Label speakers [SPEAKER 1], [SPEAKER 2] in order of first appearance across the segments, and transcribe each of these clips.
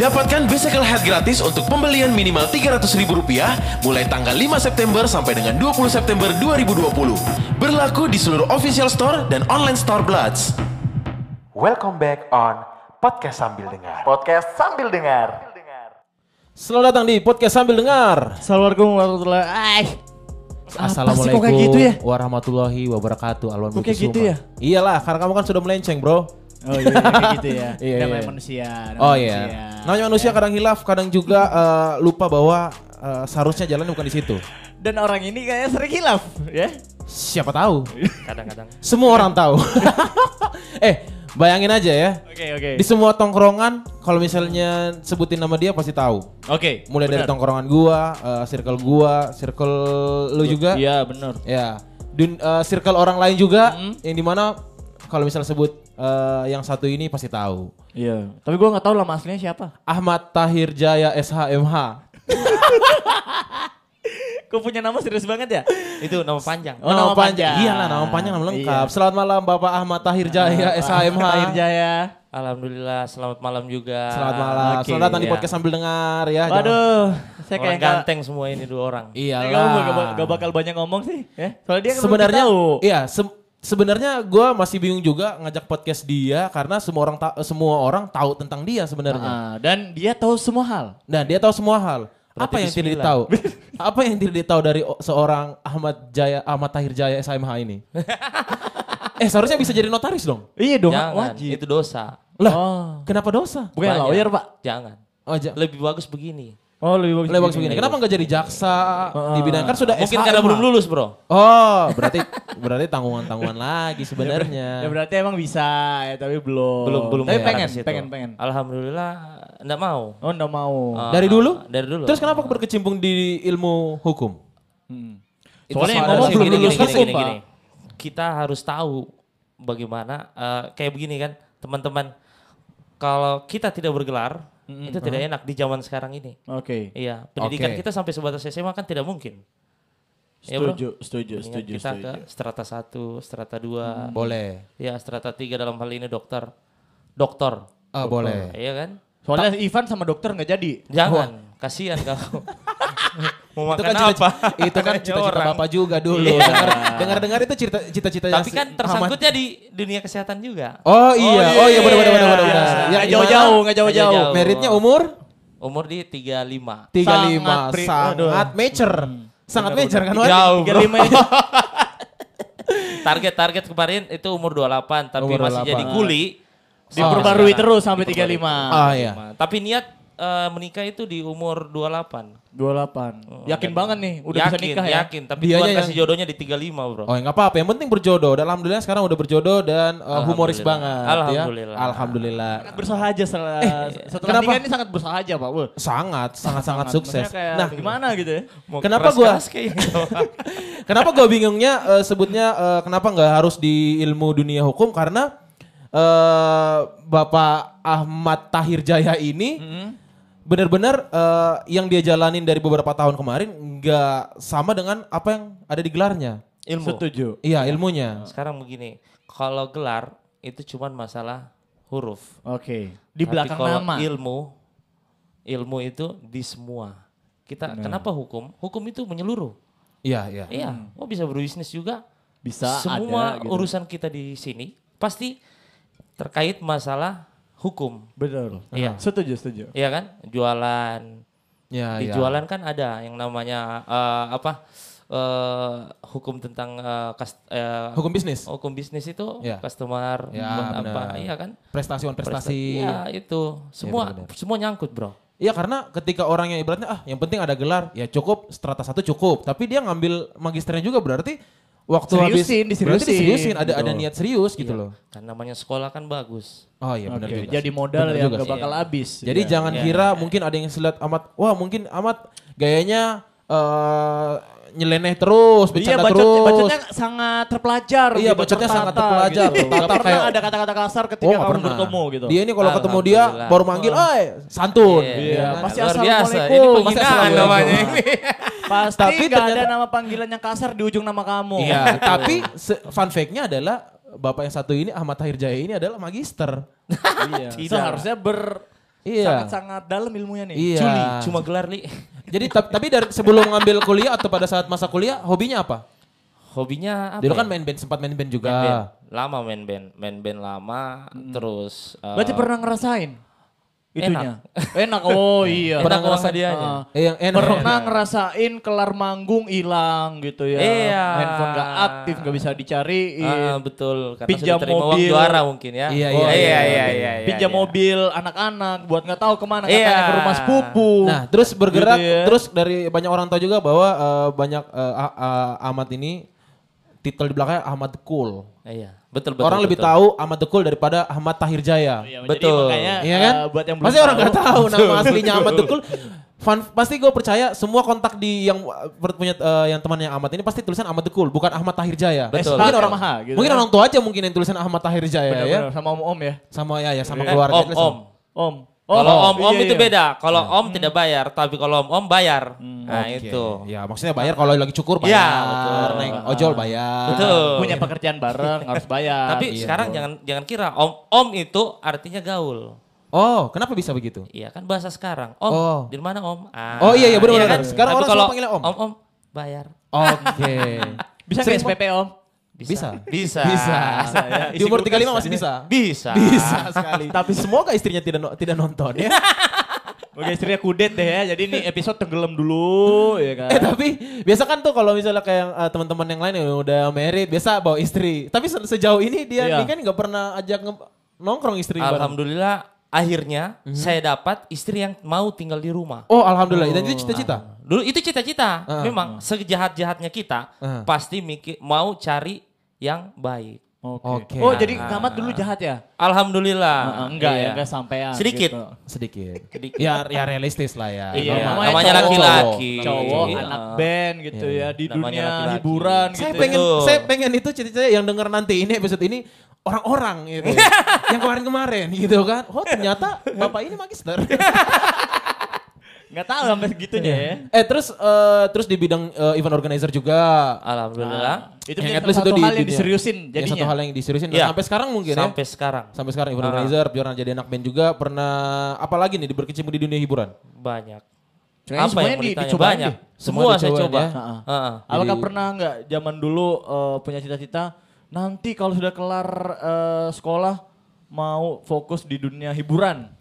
[SPEAKER 1] Dapatkan bicycle head gratis untuk pembelian minimal Rp300.000 mulai tanggal 5 September sampai dengan 20 September 2020. Berlaku di seluruh official store dan online store Bloods. Welcome back on Podcast Sambil Dengar.
[SPEAKER 2] Podcast sambil dengar.
[SPEAKER 3] Selamat datang di podcast sambil dengar.
[SPEAKER 4] Assalamualaikum warahmatullahi wabarakatuh.
[SPEAKER 3] Assalamualaikum
[SPEAKER 4] kok kayak gitu ya?
[SPEAKER 3] warahmatullahi wabarakatuh. Alwan
[SPEAKER 4] Kok
[SPEAKER 3] Budi
[SPEAKER 4] kayak gitu
[SPEAKER 3] Suma.
[SPEAKER 4] ya?
[SPEAKER 3] Iyalah, karena kamu kan sudah melenceng, Bro.
[SPEAKER 4] Oh iya, kayak gitu ya.
[SPEAKER 3] Iya,
[SPEAKER 4] namanya
[SPEAKER 3] iya.
[SPEAKER 4] manusia. namanya
[SPEAKER 3] Oh iya. Namanya manusia kadang hilaf, kadang juga eh, lupa bahwa eh, seharusnya jalan bukan di situ.
[SPEAKER 4] Dan orang ini kayaknya sering hilaf, ya.
[SPEAKER 3] Siapa tahu?
[SPEAKER 4] Kadang-kadang.
[SPEAKER 3] Semua orang tahu. eh, bayangin aja ya.
[SPEAKER 4] Oke, oke.
[SPEAKER 3] Di semua tongkrongan, kalau misalnya sebutin nama dia pasti tahu.
[SPEAKER 4] Oke.
[SPEAKER 3] Mulai dari tongkrongan gua, eh, circle gua, circle lu juga.
[SPEAKER 4] Iya, benar.
[SPEAKER 3] Ya, dun, eh, circle orang lain juga yang dimana kalau misalnya sebut eh, yang satu ini pasti tahu.
[SPEAKER 4] Iya. Tapi gua nggak tahu lama aslinya siapa.
[SPEAKER 3] Ahmad Tahir Jaya SHMH.
[SPEAKER 4] Kau punya nama serius banget ya? Itu nama panjang. Iya.
[SPEAKER 3] Iyalah Iya nama panjang nama lengkap. Ya, Selamat malam Bapak Ahmad Tahir Jaya SHMH.
[SPEAKER 4] Tahir Jaya.
[SPEAKER 5] Alhamdulillah, selamat malam juga.
[SPEAKER 3] Selamat malam.
[SPEAKER 4] Oke,
[SPEAKER 3] Selamat datang di
[SPEAKER 5] iya.
[SPEAKER 3] podcast sambil dengar ya. Jangan-
[SPEAKER 4] Waduh, saya
[SPEAKER 5] Orang
[SPEAKER 4] kayak
[SPEAKER 5] ganteng semua ini dua orang.
[SPEAKER 3] Iyalah.
[SPEAKER 4] Kamu gak, ba- gak bakal banyak ngomong sih, ya? Soalnya dia kan belum
[SPEAKER 3] sebenarnya
[SPEAKER 4] tahu.
[SPEAKER 3] iya se- sebenarnya gue masih bingung juga ngajak podcast dia karena semua orang ta- semua orang tahu tentang dia sebenarnya.
[SPEAKER 4] Ah, dan dia tahu semua hal.
[SPEAKER 3] Nah, dia tahu semua hal.
[SPEAKER 5] Berarti
[SPEAKER 3] apa yang tidak
[SPEAKER 5] bismillah.
[SPEAKER 3] ditahu? apa yang tidak ditahu dari o- seorang Ahmad Jaya Ahmad Tahir Jaya SMH ini? eh, seharusnya bisa jadi notaris dong.
[SPEAKER 4] Iya dong,
[SPEAKER 5] Jangan,
[SPEAKER 4] wajib.
[SPEAKER 5] itu dosa.
[SPEAKER 3] Lah,
[SPEAKER 4] Oh.
[SPEAKER 3] kenapa dosa?
[SPEAKER 4] Bukan
[SPEAKER 5] Banyak.
[SPEAKER 4] lawyer, Pak.
[SPEAKER 5] Jangan.
[SPEAKER 3] Oh, ja-
[SPEAKER 5] Lebih bagus begini.
[SPEAKER 4] Oh, lebih bagus.
[SPEAKER 3] lewat begini. Kenapa nggak jadi jaksa di bidang kan sudah
[SPEAKER 5] Mungkin
[SPEAKER 3] SHM,
[SPEAKER 5] karena belum
[SPEAKER 3] Mak.
[SPEAKER 5] lulus, bro.
[SPEAKER 3] Oh, berarti berarti tanggungan-tanggungan lagi sebenarnya.
[SPEAKER 4] Ya berarti emang bisa ya, tapi belum.
[SPEAKER 5] Belum belum.
[SPEAKER 4] Tapi
[SPEAKER 5] ya, mengarah
[SPEAKER 4] pengen,
[SPEAKER 5] ke situ.
[SPEAKER 4] pengen, pengen.
[SPEAKER 5] Alhamdulillah, enggak mau.
[SPEAKER 4] Oh, enggak mau.
[SPEAKER 5] Eh,
[SPEAKER 3] Dari dulu?
[SPEAKER 5] Dari dulu.
[SPEAKER 3] Terus kenapa berkecimpung di ilmu hukum? Itu
[SPEAKER 4] Soalnya yang
[SPEAKER 3] soal-
[SPEAKER 4] ngomong
[SPEAKER 5] Gini,
[SPEAKER 4] belum
[SPEAKER 5] gini,
[SPEAKER 4] lulus
[SPEAKER 5] gini,
[SPEAKER 4] hukum,
[SPEAKER 5] gini,
[SPEAKER 4] Pak.
[SPEAKER 5] gini. Kita harus tahu bagaimana eh, kayak begini kan, teman-teman. Kalau kita tidak bergelar, itu tidak enak di zaman sekarang ini.
[SPEAKER 4] Oke.
[SPEAKER 5] Iya, pendidikan
[SPEAKER 3] Oke.
[SPEAKER 5] kita sampai sebatas SMA kan tidak mungkin. Iya, bro.
[SPEAKER 4] Setuju, setuju,
[SPEAKER 5] Mendingan
[SPEAKER 4] setuju,
[SPEAKER 5] kita
[SPEAKER 4] setuju.
[SPEAKER 5] ke strata 1, strata 2,
[SPEAKER 3] Boleh.
[SPEAKER 5] ya strata 3 dalam hal ini dokter. Dokter.
[SPEAKER 3] Ah, boleh.
[SPEAKER 5] Iya kan?
[SPEAKER 4] Soalnya Ivan sama dokter nggak jadi.
[SPEAKER 5] Ya. Jangan, kasihan kau. Mau
[SPEAKER 3] itu
[SPEAKER 5] makan
[SPEAKER 3] kan cita,
[SPEAKER 5] apa?
[SPEAKER 3] itu kan
[SPEAKER 5] Makanya
[SPEAKER 3] cita-cita
[SPEAKER 5] orang.
[SPEAKER 3] bapak juga dulu. Dengar dengar itu cerita cita-cita
[SPEAKER 5] Tapi kan tersangkutnya di dunia kesehatan juga.
[SPEAKER 3] iya. Oh iya, oh iya benar benar benar benar.
[SPEAKER 4] Iya.
[SPEAKER 3] benar.
[SPEAKER 4] Nggak
[SPEAKER 3] gimana?
[SPEAKER 4] jauh-jauh, nggak jauh-jauh.
[SPEAKER 5] jauh.
[SPEAKER 3] Meritnya umur
[SPEAKER 5] Umur di 35.
[SPEAKER 3] 35 sangat,
[SPEAKER 4] Sangat pri-
[SPEAKER 3] sangat mature. Sangat mature kan Wan?
[SPEAKER 5] Jauh, bro.
[SPEAKER 4] 35 aja.
[SPEAKER 5] Target-target kemarin itu umur 28, tapi
[SPEAKER 3] Umur
[SPEAKER 5] masih jadi
[SPEAKER 3] 28.
[SPEAKER 5] kuli.
[SPEAKER 3] Oh,
[SPEAKER 4] Diperbarui
[SPEAKER 5] sekarang.
[SPEAKER 4] terus sampai
[SPEAKER 5] Oh, Diperbarui.
[SPEAKER 4] 35.
[SPEAKER 3] Ah iya.
[SPEAKER 5] Tapi niat eh, menikah itu di umur 28.
[SPEAKER 4] 28. Yakin banget nih udah
[SPEAKER 5] yakin,
[SPEAKER 4] bisa nikah ya.
[SPEAKER 5] Yakin, tapi
[SPEAKER 3] Dianya
[SPEAKER 5] Tuhan
[SPEAKER 3] yang-
[SPEAKER 5] kasih jodohnya di 35, Bro.
[SPEAKER 3] Oh nggak apa-apa, yang penting berjodoh. Dan Alhamdulillah sekarang udah berjodoh dan uh, humoris
[SPEAKER 5] Alhamdulillah.
[SPEAKER 3] banget.
[SPEAKER 5] Alhamdulillah.
[SPEAKER 3] Ya. Alhamdulillah.
[SPEAKER 4] Sangat bersahaja setelah setelah
[SPEAKER 3] kenapa?
[SPEAKER 4] nikah ini sangat bersahaja, Pak. Wah.
[SPEAKER 3] Sangat, sangat, sangat sukses.
[SPEAKER 4] Maksudnya kayak
[SPEAKER 3] Nah,
[SPEAKER 4] gimana gitu ya?
[SPEAKER 5] Mau
[SPEAKER 3] Kenapa
[SPEAKER 5] keras-keras kayaknya.
[SPEAKER 3] Kenapa gue bingungnya eh, sebutnya eh, kenapa nggak harus di ilmu dunia hukum karena eh Bapak Ahmad Tahir Jaya ini benar-benar eh, yang dia jalanin dari beberapa tahun kemarin nggak sama dengan apa yang ada di gelarnya.
[SPEAKER 5] Ilmu.
[SPEAKER 4] Setuju.
[SPEAKER 3] Iya ilmunya.
[SPEAKER 5] Sekarang begini, kalau gelar itu cuman masalah huruf.
[SPEAKER 4] Oke. Di
[SPEAKER 5] Tapi
[SPEAKER 4] belakang
[SPEAKER 5] kalau
[SPEAKER 4] nama.
[SPEAKER 5] Ilmu, ilmu itu di semua. Kita kenapa hukum? Hukum itu menyeluruh.
[SPEAKER 3] Iya iya.
[SPEAKER 5] Iya, oh bisa berbisnis juga.
[SPEAKER 4] Hmm. Bisa
[SPEAKER 5] Semua
[SPEAKER 4] ada gitu.
[SPEAKER 5] urusan kita di sini pasti terkait masalah hukum.
[SPEAKER 4] Benar.
[SPEAKER 5] Iya.
[SPEAKER 4] Setuju, setuju.
[SPEAKER 5] Iya kan? Jualan,
[SPEAKER 3] Iya
[SPEAKER 5] di
[SPEAKER 3] iya.
[SPEAKER 5] jualan kan ada yang namanya eh, apa eh, hukum tentang eh, kas- eh,
[SPEAKER 3] Hukum bisnis.
[SPEAKER 5] hukum bisnis itu
[SPEAKER 3] Ya.
[SPEAKER 5] customer
[SPEAKER 3] Ya,
[SPEAKER 5] buat apa
[SPEAKER 3] benar.
[SPEAKER 5] iya kan
[SPEAKER 3] Prestasi-prestasi.
[SPEAKER 5] ya itu semua
[SPEAKER 3] benar-benar.
[SPEAKER 5] semua nyangkut bro
[SPEAKER 3] Iya karena ketika orang yang ibaratnya ah yang penting ada gelar ya cukup strata satu cukup tapi dia ngambil magisternya juga berarti waktu
[SPEAKER 4] Seriusin,
[SPEAKER 3] habis berarti diseriusin
[SPEAKER 4] diseriusin.
[SPEAKER 3] ada ada
[SPEAKER 4] Betul.
[SPEAKER 3] niat serius gitu loh.
[SPEAKER 5] kan namanya sekolah kan bagus
[SPEAKER 3] Oh iya benar
[SPEAKER 4] Oke,
[SPEAKER 3] juga.
[SPEAKER 4] jadi modal
[SPEAKER 3] Benar
[SPEAKER 4] yang
[SPEAKER 3] juga
[SPEAKER 4] gak
[SPEAKER 3] sih.
[SPEAKER 4] bakal habis.
[SPEAKER 3] Jadi
[SPEAKER 4] Iya.
[SPEAKER 3] jangan kira mungkin ada yang silat amat wah mungkin amat gayanya eh, nyeleneh terus,
[SPEAKER 4] Iya,
[SPEAKER 3] bercanda
[SPEAKER 4] bacot,
[SPEAKER 3] terus. Oh,
[SPEAKER 4] bacotnya sangat terpelajar.
[SPEAKER 3] Iya, bacotnya sangat terpelajar loh.
[SPEAKER 4] Gak
[SPEAKER 3] Nggak
[SPEAKER 4] pernah
[SPEAKER 3] kayak-
[SPEAKER 4] ada kata-kata kasar ketika
[SPEAKER 3] Oh, nggak
[SPEAKER 4] kamu
[SPEAKER 3] pernah.
[SPEAKER 4] bertemu gitu.
[SPEAKER 3] Dia ini kalau ketemu dia
[SPEAKER 5] Alhamdulillah.
[SPEAKER 3] baru manggil, "Oi, santun."
[SPEAKER 5] Iya,
[SPEAKER 3] Iya.
[SPEAKER 4] Iya, pasti
[SPEAKER 5] luar biasa ini
[SPEAKER 4] assalamualaikum. Pasti
[SPEAKER 5] penghinaan
[SPEAKER 4] assalamualaikum.
[SPEAKER 5] namanya ini
[SPEAKER 4] Pasti
[SPEAKER 3] Tapi
[SPEAKER 4] gak ada
[SPEAKER 3] ternyata-
[SPEAKER 4] nama panggilan yang kasar di ujung nama kamu.
[SPEAKER 5] Oh.
[SPEAKER 3] Iya, tapi se- fun fact-nya adalah Bapak yang satu ini Ahmad Tahir Jaya ini adalah magister.
[SPEAKER 4] Iya. Seharusnya ber
[SPEAKER 3] Iya.
[SPEAKER 4] Sangat-sangat dalam ilmunya nih.
[SPEAKER 3] Iya.
[SPEAKER 5] Juli, cuma gelar li.
[SPEAKER 3] Jadi tap- tapi dari sebelum ngambil kuliah atau pada saat masa kuliah hobinya apa?
[SPEAKER 5] Hobinya apa?
[SPEAKER 3] Dulu
[SPEAKER 5] ya?
[SPEAKER 3] kan main band sempat main band juga.
[SPEAKER 5] Main band. lama main band, main band lama,
[SPEAKER 3] Hmm.
[SPEAKER 5] terus. eh,
[SPEAKER 4] Berarti pernah ngerasain? Itunya. Enak. Oh iya.
[SPEAKER 5] Pernah
[SPEAKER 4] Enak
[SPEAKER 5] ngerasa
[SPEAKER 4] banget.
[SPEAKER 5] dianya.
[SPEAKER 4] Ah.
[SPEAKER 3] Eh, yang enak.
[SPEAKER 4] Pernah ngerasain kelar manggung hilang gitu ya.
[SPEAKER 5] Iya.
[SPEAKER 4] Handphone gak aktif, gak bisa dicariin.
[SPEAKER 5] ah, betul, karena
[SPEAKER 4] Pinjam
[SPEAKER 5] sudah terima uang
[SPEAKER 4] mobil.
[SPEAKER 5] juara mungkin ya.
[SPEAKER 3] Iya, iya,
[SPEAKER 5] Oh, iya,
[SPEAKER 3] iya,
[SPEAKER 5] iya,
[SPEAKER 3] iya.
[SPEAKER 5] iya, iya,
[SPEAKER 4] Pinjam
[SPEAKER 5] iya.
[SPEAKER 4] mobil anak-anak buat nggak tahu kemana
[SPEAKER 5] Iya.
[SPEAKER 4] katanya ke rumah sepupu.
[SPEAKER 3] Nah, terus bergerak,
[SPEAKER 4] Gitu ya.
[SPEAKER 3] terus dari banyak orang tahu juga bahwa eh, banyak eh, ah- ah- Ahmad ini titel di belakangnya Ahmad The Cool.
[SPEAKER 5] Iya, betul betul.
[SPEAKER 3] orang lebih
[SPEAKER 5] betul.
[SPEAKER 3] tahu Ahmad The Cool daripada Ahmad Tahir Jaya.
[SPEAKER 4] Iya,
[SPEAKER 5] Betul.
[SPEAKER 4] makanya,
[SPEAKER 3] Iya kan?
[SPEAKER 4] eh, buat yang belum
[SPEAKER 3] pasti orang nggak tahu nama aslinya Ahmad The Cool. Fun- pasti gue percaya semua kontak di yang eh, punya eh, yang temannya Ahmad ini pasti tulisan Ahmad The Cool, bukan Ahmad Tahir Jaya.
[SPEAKER 5] Betul.
[SPEAKER 3] Mungkin orang
[SPEAKER 4] SH, gitu
[SPEAKER 3] mungkin
[SPEAKER 4] kan?
[SPEAKER 3] orang tua aja mungkin yang tulisan Ahmad Tahir Jaya ya.
[SPEAKER 4] Benar-benar, sama om, om ya.
[SPEAKER 3] Sama ya ya sama
[SPEAKER 5] Eh,
[SPEAKER 3] keluarga.
[SPEAKER 5] om,
[SPEAKER 3] Tulisan.
[SPEAKER 5] om.
[SPEAKER 4] Om.
[SPEAKER 3] Oh,
[SPEAKER 5] Kalau om, om
[SPEAKER 4] iya,
[SPEAKER 5] itu
[SPEAKER 4] iya.
[SPEAKER 5] beda. Kalau om tidak bayar, tapi kalau om, om bayar. Nah
[SPEAKER 3] Hmm. Oke.
[SPEAKER 5] itu.
[SPEAKER 3] Ya maksudnya bayar kalau lagi cukur bayar,
[SPEAKER 5] Iya, betul.
[SPEAKER 3] naik ojol bayar.
[SPEAKER 5] Betul.
[SPEAKER 4] iya. Punya pekerjaan bareng harus bayar. Iya.
[SPEAKER 5] Tapi
[SPEAKER 3] iya,
[SPEAKER 5] sekarang jangan jangan kira om om itu artinya gaul.
[SPEAKER 3] Oh, kenapa bisa begitu?
[SPEAKER 5] Iya kan bahasa sekarang.
[SPEAKER 3] Oh.
[SPEAKER 5] Om, di mana om? Ah,
[SPEAKER 3] Oh, iya, iya, benar, benar, benar. Sekarang
[SPEAKER 5] Tapi
[SPEAKER 3] orang semua
[SPEAKER 5] kalau
[SPEAKER 3] panggilnya om.
[SPEAKER 5] Om, om bayar.
[SPEAKER 3] Oke.
[SPEAKER 4] bisa nggak SPP om?
[SPEAKER 3] Bisa.
[SPEAKER 5] Bisa.
[SPEAKER 3] Bisa.
[SPEAKER 4] ya.
[SPEAKER 3] Di umur
[SPEAKER 4] Isi kulkas
[SPEAKER 3] 35 masih
[SPEAKER 4] ya.
[SPEAKER 3] bisa.
[SPEAKER 5] Bisa.
[SPEAKER 3] Bisa sekali. Tapi semoga istrinya tidak no- tidak nonton ya.
[SPEAKER 4] Oke, istrinya kudet deh ya. Jadi ini episode tenggelam dulu ya kan.
[SPEAKER 3] eh tapi biasa kan tuh kalau misalnya kayak eh, teman-teman yang lain yang udah married biasa bawa istri. Tapi se- sejauh ini dia
[SPEAKER 4] Iya.
[SPEAKER 3] ini kan nggak pernah ajak nge- nongkrong istri bareng.
[SPEAKER 5] Alhamdulillah akhirnya saya dapat istri yang mau tinggal di rumah.
[SPEAKER 3] Mhm. Oh, alhamdulillah. Dan itu cita-cita.
[SPEAKER 5] Dulu itu cita-cita.
[SPEAKER 3] Ah.
[SPEAKER 5] Memang sejahat-jahatnya kita
[SPEAKER 3] Ah.
[SPEAKER 5] pasti mikir mau cari yang baik.
[SPEAKER 3] Oke.
[SPEAKER 4] Oh, jadi Kamat dulu jahat ya?
[SPEAKER 5] Alhamdulillah.
[SPEAKER 4] Heeh, enggak
[SPEAKER 5] Iya.
[SPEAKER 4] ya, enggak sampean.
[SPEAKER 5] Sedikit.
[SPEAKER 4] gitu.
[SPEAKER 3] Sedikit.
[SPEAKER 5] Sedikit.
[SPEAKER 3] Ya ya realistis lah ya.
[SPEAKER 4] Iya,
[SPEAKER 3] Normal.
[SPEAKER 5] namanya laki-laki.
[SPEAKER 4] Cowok,
[SPEAKER 5] Iya.
[SPEAKER 4] anak band gitu
[SPEAKER 3] Iya.
[SPEAKER 4] ya di
[SPEAKER 5] Namanya
[SPEAKER 4] dunia
[SPEAKER 5] laki-laki.
[SPEAKER 4] hiburan gitu.
[SPEAKER 3] saya
[SPEAKER 4] ya.
[SPEAKER 3] pengen
[SPEAKER 5] Betul.
[SPEAKER 3] saya pengen itu cerita yang denger nanti ini episode ini orang-orang gitu yang kemarin-kemarin gitu kan oh ternyata bapak ini magister
[SPEAKER 4] Enggak tahu sampai segitunya ya.
[SPEAKER 3] eh terus eh, terus di bidang eh, event organizer juga
[SPEAKER 5] Alhamdulillah.
[SPEAKER 4] Itu
[SPEAKER 3] Yang at least
[SPEAKER 4] menjadi salah
[SPEAKER 3] itu
[SPEAKER 4] satu
[SPEAKER 3] di
[SPEAKER 4] hal yang
[SPEAKER 3] dunia.
[SPEAKER 4] diseriusin
[SPEAKER 3] Ya,
[SPEAKER 4] jadinya.
[SPEAKER 3] satu hal yang diseriusin
[SPEAKER 5] Iya.
[SPEAKER 3] sampai sekarang mungkin
[SPEAKER 5] Sampai
[SPEAKER 3] ya
[SPEAKER 5] sekarang
[SPEAKER 3] sampai sekarang event
[SPEAKER 5] Ah.
[SPEAKER 3] organizer pernah jadi anak band juga pernah apalagi nih berkecimpung di dunia hiburan
[SPEAKER 5] banyak.
[SPEAKER 4] Kayaknya
[SPEAKER 5] Apa
[SPEAKER 4] semuanya
[SPEAKER 5] yang mau
[SPEAKER 4] di-
[SPEAKER 5] ditanya?
[SPEAKER 4] dicobain
[SPEAKER 5] banyak.
[SPEAKER 4] deh.
[SPEAKER 5] Semua,
[SPEAKER 3] Semua
[SPEAKER 5] saya
[SPEAKER 3] dicobain
[SPEAKER 5] coba. Ah.
[SPEAKER 3] ya.
[SPEAKER 5] Heeh.
[SPEAKER 4] Apakah pernah nggak zaman dulu eh, punya cita-cita nanti kalau sudah kelar eh, sekolah mau fokus di dunia hiburan?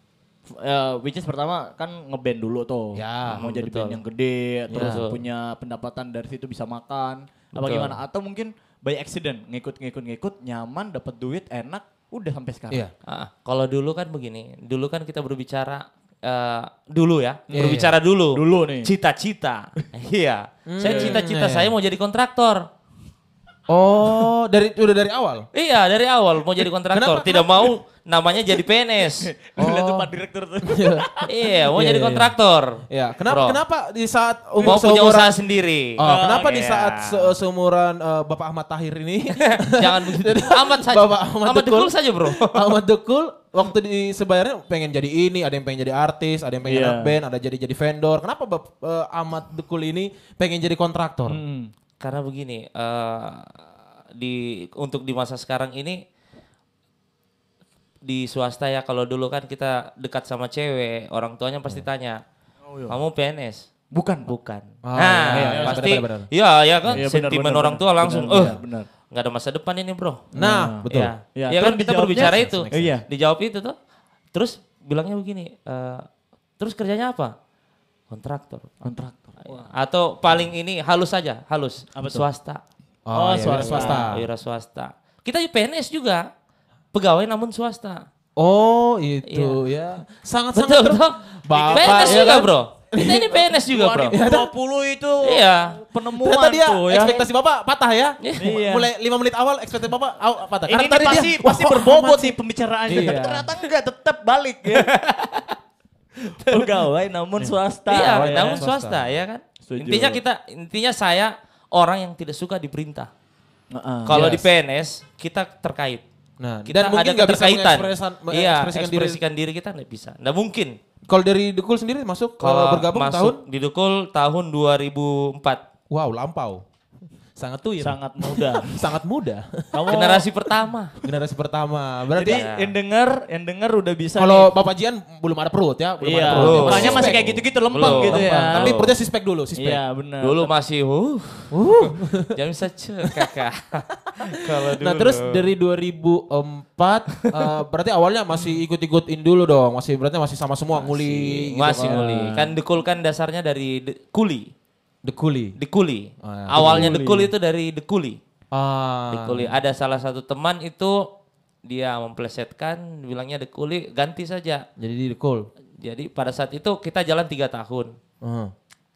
[SPEAKER 4] F- eh, which is pertama kan ngeband dulu tuh.
[SPEAKER 3] Ya,
[SPEAKER 4] Nah, mau jadi
[SPEAKER 5] betul.
[SPEAKER 4] band yang gede, terus
[SPEAKER 5] Betul.
[SPEAKER 4] punya pendapatan dari situ bisa makan. Apa
[SPEAKER 5] Betul.
[SPEAKER 4] gimana? Atau mungkin by accident ngikut-ngikut-ngikut nyaman dapat duit enak udah sampai sekarang.
[SPEAKER 3] iya
[SPEAKER 5] Ah, kalau dulu kan begini, dulu kan kita berbicara eh, dulu ya,
[SPEAKER 3] Iya,
[SPEAKER 5] berbicara dulu.
[SPEAKER 4] Dulu nih.
[SPEAKER 5] Cita-cita. iya. Saya
[SPEAKER 3] Hmm,
[SPEAKER 5] cita-cita
[SPEAKER 3] iya.
[SPEAKER 5] saya mau jadi kontraktor.
[SPEAKER 3] oh dari udah dari awal
[SPEAKER 5] Iya, dari awal mau jadi kontraktor,
[SPEAKER 3] Kenapa?
[SPEAKER 5] tidak mau namanya jadi PNS.
[SPEAKER 4] Lu lihat tuh
[SPEAKER 3] Oh.
[SPEAKER 4] Pak Direktur tuh.
[SPEAKER 5] iya, mau
[SPEAKER 3] Iya, iya,
[SPEAKER 5] jadi
[SPEAKER 3] iya.
[SPEAKER 5] kontraktor.
[SPEAKER 3] ya kenapa
[SPEAKER 5] Bro,
[SPEAKER 3] kenapa di saat umur
[SPEAKER 5] mau punya
[SPEAKER 3] seumuran-
[SPEAKER 5] usaha sendiri.
[SPEAKER 3] Oh, kenapa di
[SPEAKER 5] iya.
[SPEAKER 3] saat se- seumuran eh, Bapak Ahmad Tahir ini
[SPEAKER 5] Jangan begitu. Amat saja.
[SPEAKER 3] Bapak Ahmad
[SPEAKER 5] Amat
[SPEAKER 3] Tukul.
[SPEAKER 5] Tukul saja, Bro.
[SPEAKER 3] Ahmad Dekul waktu di sebayarnya pengen jadi ini, ada yang pengen jadi artis, ada yang pengen
[SPEAKER 4] Iya.
[SPEAKER 3] anak band, ada jadi jadi vendor. Kenapa Bap- eh, Ahmad Dekul ini pengen jadi kontraktor?
[SPEAKER 5] Hmm. Karena begini, eh di untuk di masa sekarang ini di swasta ya kalau dulu kan kita dekat sama cewek, orang tuanya pasti
[SPEAKER 3] Hmm.
[SPEAKER 5] tanya,
[SPEAKER 4] Oh, iya.
[SPEAKER 5] kamu PNS?
[SPEAKER 4] Bukan, Bu.
[SPEAKER 5] Bukan.
[SPEAKER 3] Oh,
[SPEAKER 5] nah,
[SPEAKER 3] iya, iya, iya,
[SPEAKER 5] pasti,
[SPEAKER 3] benar, benar,
[SPEAKER 5] iya, iya kan,
[SPEAKER 4] Iya, benar,
[SPEAKER 5] sentimen
[SPEAKER 4] benar,
[SPEAKER 5] orang
[SPEAKER 4] benar.
[SPEAKER 5] tua langsung,
[SPEAKER 4] Benar,
[SPEAKER 5] eh,
[SPEAKER 4] benar, benar.
[SPEAKER 5] nggak ada masa depan ini bro.
[SPEAKER 3] Nah, betul.
[SPEAKER 5] Iya,
[SPEAKER 4] Iya,
[SPEAKER 5] Iya
[SPEAKER 4] terus
[SPEAKER 5] kan kita
[SPEAKER 4] dijawabnya-
[SPEAKER 5] berbicara itu,
[SPEAKER 4] Iya.
[SPEAKER 5] dijawab itu tuh, terus bilangnya begini, eh, terus kerjanya apa? Kontraktor. Iya.
[SPEAKER 4] Kontraktor.
[SPEAKER 5] Atau paling ini halus saja, halus. swasta. Ah,
[SPEAKER 4] Oh,
[SPEAKER 3] iya,
[SPEAKER 4] swasta.
[SPEAKER 3] swasta.
[SPEAKER 5] Wira swasta. Kita PNS juga. Pegawai namun swasta.
[SPEAKER 3] Oh, itu ya. Sangat-sangat
[SPEAKER 5] Betul,
[SPEAKER 3] ter-
[SPEAKER 5] betul.
[SPEAKER 3] Bapak,
[SPEAKER 5] PNS
[SPEAKER 3] ya
[SPEAKER 5] juga,
[SPEAKER 3] kan? Iya,
[SPEAKER 5] Bro. Kita ini PNS juga, Bro.
[SPEAKER 4] 2020 itu
[SPEAKER 5] Iya.
[SPEAKER 4] penemuan
[SPEAKER 3] Ternyata dia
[SPEAKER 4] tuh ya.
[SPEAKER 3] ekspektasi Bapak patah ya.
[SPEAKER 4] Iya.
[SPEAKER 3] Mulai 5 menit awal ekspektasi Bapak aw- patah.
[SPEAKER 4] Ini,
[SPEAKER 3] tadi dia,
[SPEAKER 4] pasti
[SPEAKER 3] wah,
[SPEAKER 4] pasti
[SPEAKER 3] kok
[SPEAKER 4] berbobot
[SPEAKER 3] Ahmad
[SPEAKER 4] sih pembicaraannya.
[SPEAKER 3] Iya.
[SPEAKER 4] Tapi ternyata enggak tetap balik ya. Pegawai namun swasta.
[SPEAKER 5] Iya,
[SPEAKER 4] ya.
[SPEAKER 5] namun
[SPEAKER 3] Oh, swasta.
[SPEAKER 5] swasta, ya kan?
[SPEAKER 4] Setuju.
[SPEAKER 5] Intinya kita intinya saya orang yang tidak suka diperintah.
[SPEAKER 4] Heeh.
[SPEAKER 5] Ah, Kalau
[SPEAKER 3] Yes.
[SPEAKER 5] di PNS kita terkait.
[SPEAKER 3] Nah,
[SPEAKER 5] Kita
[SPEAKER 3] dan mungkin
[SPEAKER 5] ada
[SPEAKER 3] nggak bisa
[SPEAKER 5] keterkaitan.
[SPEAKER 3] mengekspresan-
[SPEAKER 5] iya,
[SPEAKER 3] mengekspresikan diri.
[SPEAKER 5] ekspresikan diri. kita nggak bisa. Nggak mungkin.
[SPEAKER 3] Kalau dari Dekul sendiri masuk kalau
[SPEAKER 5] Kalau
[SPEAKER 3] bergabung
[SPEAKER 5] masuk
[SPEAKER 3] tahun
[SPEAKER 5] di Dukul tahun 2004.
[SPEAKER 3] wow, lampau. sangat
[SPEAKER 5] ya.
[SPEAKER 3] tuir,
[SPEAKER 4] sangat muda.
[SPEAKER 3] sangat muda.
[SPEAKER 4] Kamu
[SPEAKER 5] Generasi pertama.
[SPEAKER 3] Generasi pertama. Berarti
[SPEAKER 4] Jadi
[SPEAKER 5] Iya.
[SPEAKER 4] yang denger, yang denger udah bisa.
[SPEAKER 3] kalau Bapak Jian belum ada perut ya, belum
[SPEAKER 4] iya,
[SPEAKER 3] ada perut. ya.
[SPEAKER 4] mukanya masih
[SPEAKER 5] Belum.
[SPEAKER 4] kayak gitu-gitu lempeng
[SPEAKER 5] Belum,
[SPEAKER 4] gitu ya.
[SPEAKER 5] lempeng.
[SPEAKER 3] Tapi perutnya suspek dulu, suspek.
[SPEAKER 4] Iya benar.
[SPEAKER 5] Dulu masih uh. Jangan bisa cek kakak. Kalau dulu.
[SPEAKER 3] Nah terus dari 2004 eh, berarti awalnya masih ikut-ikutin dulu dong, masih berarti masih sama semua nguli, gitu
[SPEAKER 5] Nah, masih
[SPEAKER 3] kan.
[SPEAKER 5] nguli. Kan dekul kan dasarnya dari de- kuli.
[SPEAKER 3] dekuli.
[SPEAKER 5] Dekuli.
[SPEAKER 3] Ah,
[SPEAKER 5] Awalnya dekul itu dari dekuli.
[SPEAKER 3] Ah,
[SPEAKER 5] Dekuli. Ada salah satu teman itu dia memplesetkan bilangnya dekuli ganti saja.
[SPEAKER 3] jadi di dekul.
[SPEAKER 5] Jadi pada saat itu kita jalan tiga tahun. Hmm.
[SPEAKER 3] Heeh.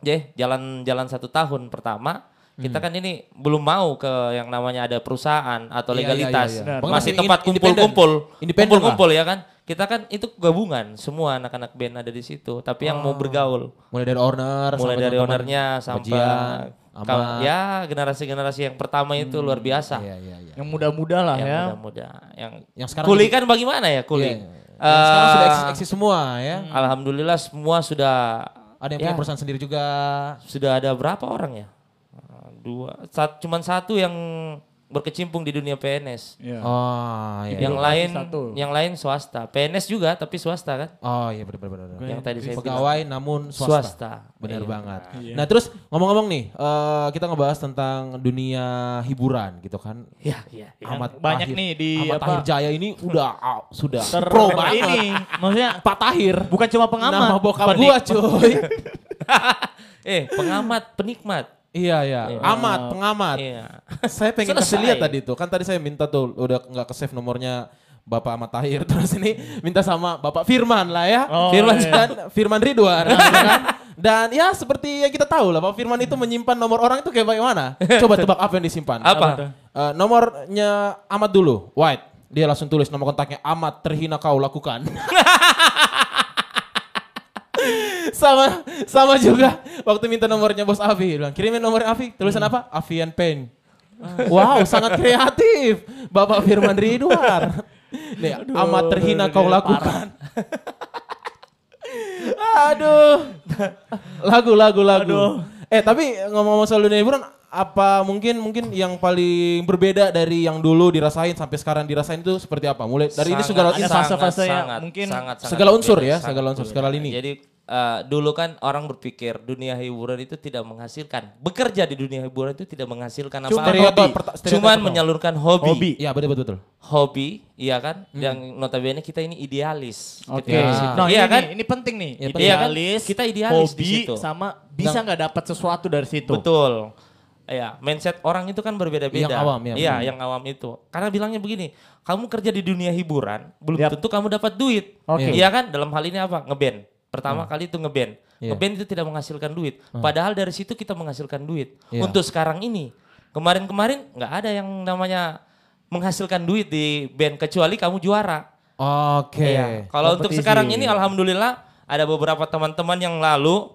[SPEAKER 5] Jeh, jalan-jalan satu tahun pertama
[SPEAKER 3] Hmm.
[SPEAKER 5] kita kan ini belum mau ke yang namanya ada perusahaan atau
[SPEAKER 3] Iya, iya,
[SPEAKER 5] legalitas,
[SPEAKER 3] iya, iya.
[SPEAKER 5] masih
[SPEAKER 3] Pengen
[SPEAKER 5] tempat
[SPEAKER 3] in- independen.
[SPEAKER 5] kumpul-kumpul,
[SPEAKER 3] Independen
[SPEAKER 5] kumpul-kumpul ya kan. Kita kan itu gabungan semua anak-anak band ada di situ, tapi yang mau bergaul,
[SPEAKER 3] Mulai dari owner, sampai Oh.
[SPEAKER 5] mulai dari
[SPEAKER 3] teman-teman
[SPEAKER 5] ownernya sampai
[SPEAKER 3] bajian,
[SPEAKER 5] kal-
[SPEAKER 3] Ahmad.
[SPEAKER 5] ya generasi-generasi yang pertama itu luar biasa,
[SPEAKER 3] Iya, iya, iya.
[SPEAKER 4] yang muda-muda lah
[SPEAKER 5] yang
[SPEAKER 4] ya.
[SPEAKER 5] muda-muda, yang,
[SPEAKER 3] Yang sekarang
[SPEAKER 5] kuli
[SPEAKER 3] jadi-
[SPEAKER 5] kan bagaimana ya
[SPEAKER 3] Iya,
[SPEAKER 5] kuli?
[SPEAKER 3] iya. Yang sekarang sudah
[SPEAKER 5] Eh,
[SPEAKER 3] eksis, eksis semua ya.
[SPEAKER 5] Alhamdulillah semua sudah
[SPEAKER 3] Ada yang
[SPEAKER 5] ya,
[SPEAKER 3] punya perusahaan sendiri juga.
[SPEAKER 5] sudah ada berapa orang ya? Dua, sat, cuman satu yang berkecimpung di dunia PNS.
[SPEAKER 4] Iya.
[SPEAKER 3] Oh, iya.
[SPEAKER 5] Ya. yang
[SPEAKER 4] Masih
[SPEAKER 5] lain,
[SPEAKER 4] satu.
[SPEAKER 5] yang lain swasta. PNS juga tapi swasta kan?
[SPEAKER 3] Oh iya benar benar benar.
[SPEAKER 5] Yang tadi saya
[SPEAKER 3] Pegawai namun swasta.
[SPEAKER 5] Swasta.
[SPEAKER 3] Benar
[SPEAKER 5] Iya.
[SPEAKER 3] banget. Nah, terus ngomong-ngomong nih, eh, kita ngebahas tentang dunia hiburan gitu kan.
[SPEAKER 5] Ya, ya. ya.
[SPEAKER 3] Ahmad
[SPEAKER 4] banyak
[SPEAKER 3] Tahir-
[SPEAKER 4] nih di
[SPEAKER 3] Ahmad
[SPEAKER 4] apa-
[SPEAKER 3] Tahir Jaya ini udah ah, sudah
[SPEAKER 4] Ter
[SPEAKER 3] pro banget.
[SPEAKER 4] ini, maksudnya
[SPEAKER 3] Pak Tahir.
[SPEAKER 4] bukan cuma pengamat.
[SPEAKER 3] Nama bokap
[SPEAKER 4] Penik-
[SPEAKER 3] gua cuy.
[SPEAKER 5] eh, pengamat, penikmat.
[SPEAKER 3] iya iya. Amat pengamat.
[SPEAKER 5] Iya.
[SPEAKER 3] Saya pengen
[SPEAKER 5] Selesai.
[SPEAKER 3] kasih lihat tadi tuh. Kan tadi saya minta tuh udah nggak ke save nomornya Bapak Ahmad Tahir. Terus ini minta sama Bapak Firman lah ya.
[SPEAKER 4] Oh,
[SPEAKER 3] Firman
[SPEAKER 4] iya.
[SPEAKER 3] dan Firman Ridwan. ya kan? Dan ya seperti yang kita tahu lah Pak Firman itu menyimpan nomor orang itu kayak bagaimana? Coba tebak apa yang disimpan?
[SPEAKER 5] Apa?
[SPEAKER 3] Eh, nomornya Ahmad dulu, White. Dia langsung tulis nomor kontaknya Ahmad terhina kau lakukan. sama sama juga waktu minta nomornya bos Avi bilang kirimin nomor Avi tulisan
[SPEAKER 5] Hmm.
[SPEAKER 3] apa Avian Pain wow sangat kreatif Bapak Firman Ridwan nih amat terhina kau lakukan aduh lagu lagu lagu eh tapi ngomong-ngomong soal dunia hiburan apa mungkin mungkin yang paling berbeda dari yang dulu dirasain sampai sekarang dirasain itu seperti apa mulai dari ini segala
[SPEAKER 5] Sangat,
[SPEAKER 4] Ada
[SPEAKER 3] insan
[SPEAKER 4] fase-fase
[SPEAKER 5] sangat,
[SPEAKER 4] yang
[SPEAKER 5] sangat,
[SPEAKER 4] mungkin
[SPEAKER 3] segala unsur
[SPEAKER 5] berbeda,
[SPEAKER 3] ya,
[SPEAKER 5] sangat
[SPEAKER 3] segala unsur,
[SPEAKER 5] berbeda.
[SPEAKER 3] segala lini.
[SPEAKER 5] Jadi eh, dulu kan orang berpikir dunia hiburan itu tidak menghasilkan. Bekerja di dunia hiburan itu tidak menghasilkan
[SPEAKER 3] Cuma
[SPEAKER 5] apa-apa.
[SPEAKER 3] hobi. Perta- stereotip
[SPEAKER 5] Cuman
[SPEAKER 3] doang.
[SPEAKER 5] menyalurkan hobi.
[SPEAKER 4] Hobi.
[SPEAKER 3] ya betul betul betul
[SPEAKER 5] Hobi, iya kan? Yang notabene kita ini idealis.
[SPEAKER 4] Oke.
[SPEAKER 5] Ketika di situ.
[SPEAKER 4] Nah, ini,
[SPEAKER 5] iya kan?
[SPEAKER 4] nih, ini penting nih.
[SPEAKER 5] Iya, penting. Iya kan? Kita idealis
[SPEAKER 4] hobi
[SPEAKER 5] di situ.
[SPEAKER 4] sama bisa nggak dapat sesuatu dari situ.
[SPEAKER 5] Betul. Ya, mindset orang itu kan berbeda-beda.
[SPEAKER 3] Yang awam, ya,
[SPEAKER 5] Iya,
[SPEAKER 3] benar.
[SPEAKER 5] yang awam itu. Karena bilangnya begini, kamu kerja di dunia hiburan, belum
[SPEAKER 4] Yap.
[SPEAKER 5] tentu kamu dapat duit.
[SPEAKER 4] Oke.
[SPEAKER 5] Iya kan? Dalam hal ini apa? Ngeband. Pertama kali itu ngeband.
[SPEAKER 3] Iya.
[SPEAKER 5] Ngeband itu tidak menghasilkan duit. Padahal dari situ kita menghasilkan duit.
[SPEAKER 3] Iya.
[SPEAKER 5] Untuk sekarang ini, kemarin-kemarin nggak ada yang namanya menghasilkan duit di band kecuali kamu juara.
[SPEAKER 3] oke
[SPEAKER 5] Iya. Kalau untuk
[SPEAKER 4] kompetisi.
[SPEAKER 5] sekarang ini alhamdulillah ada beberapa teman-teman yang lalu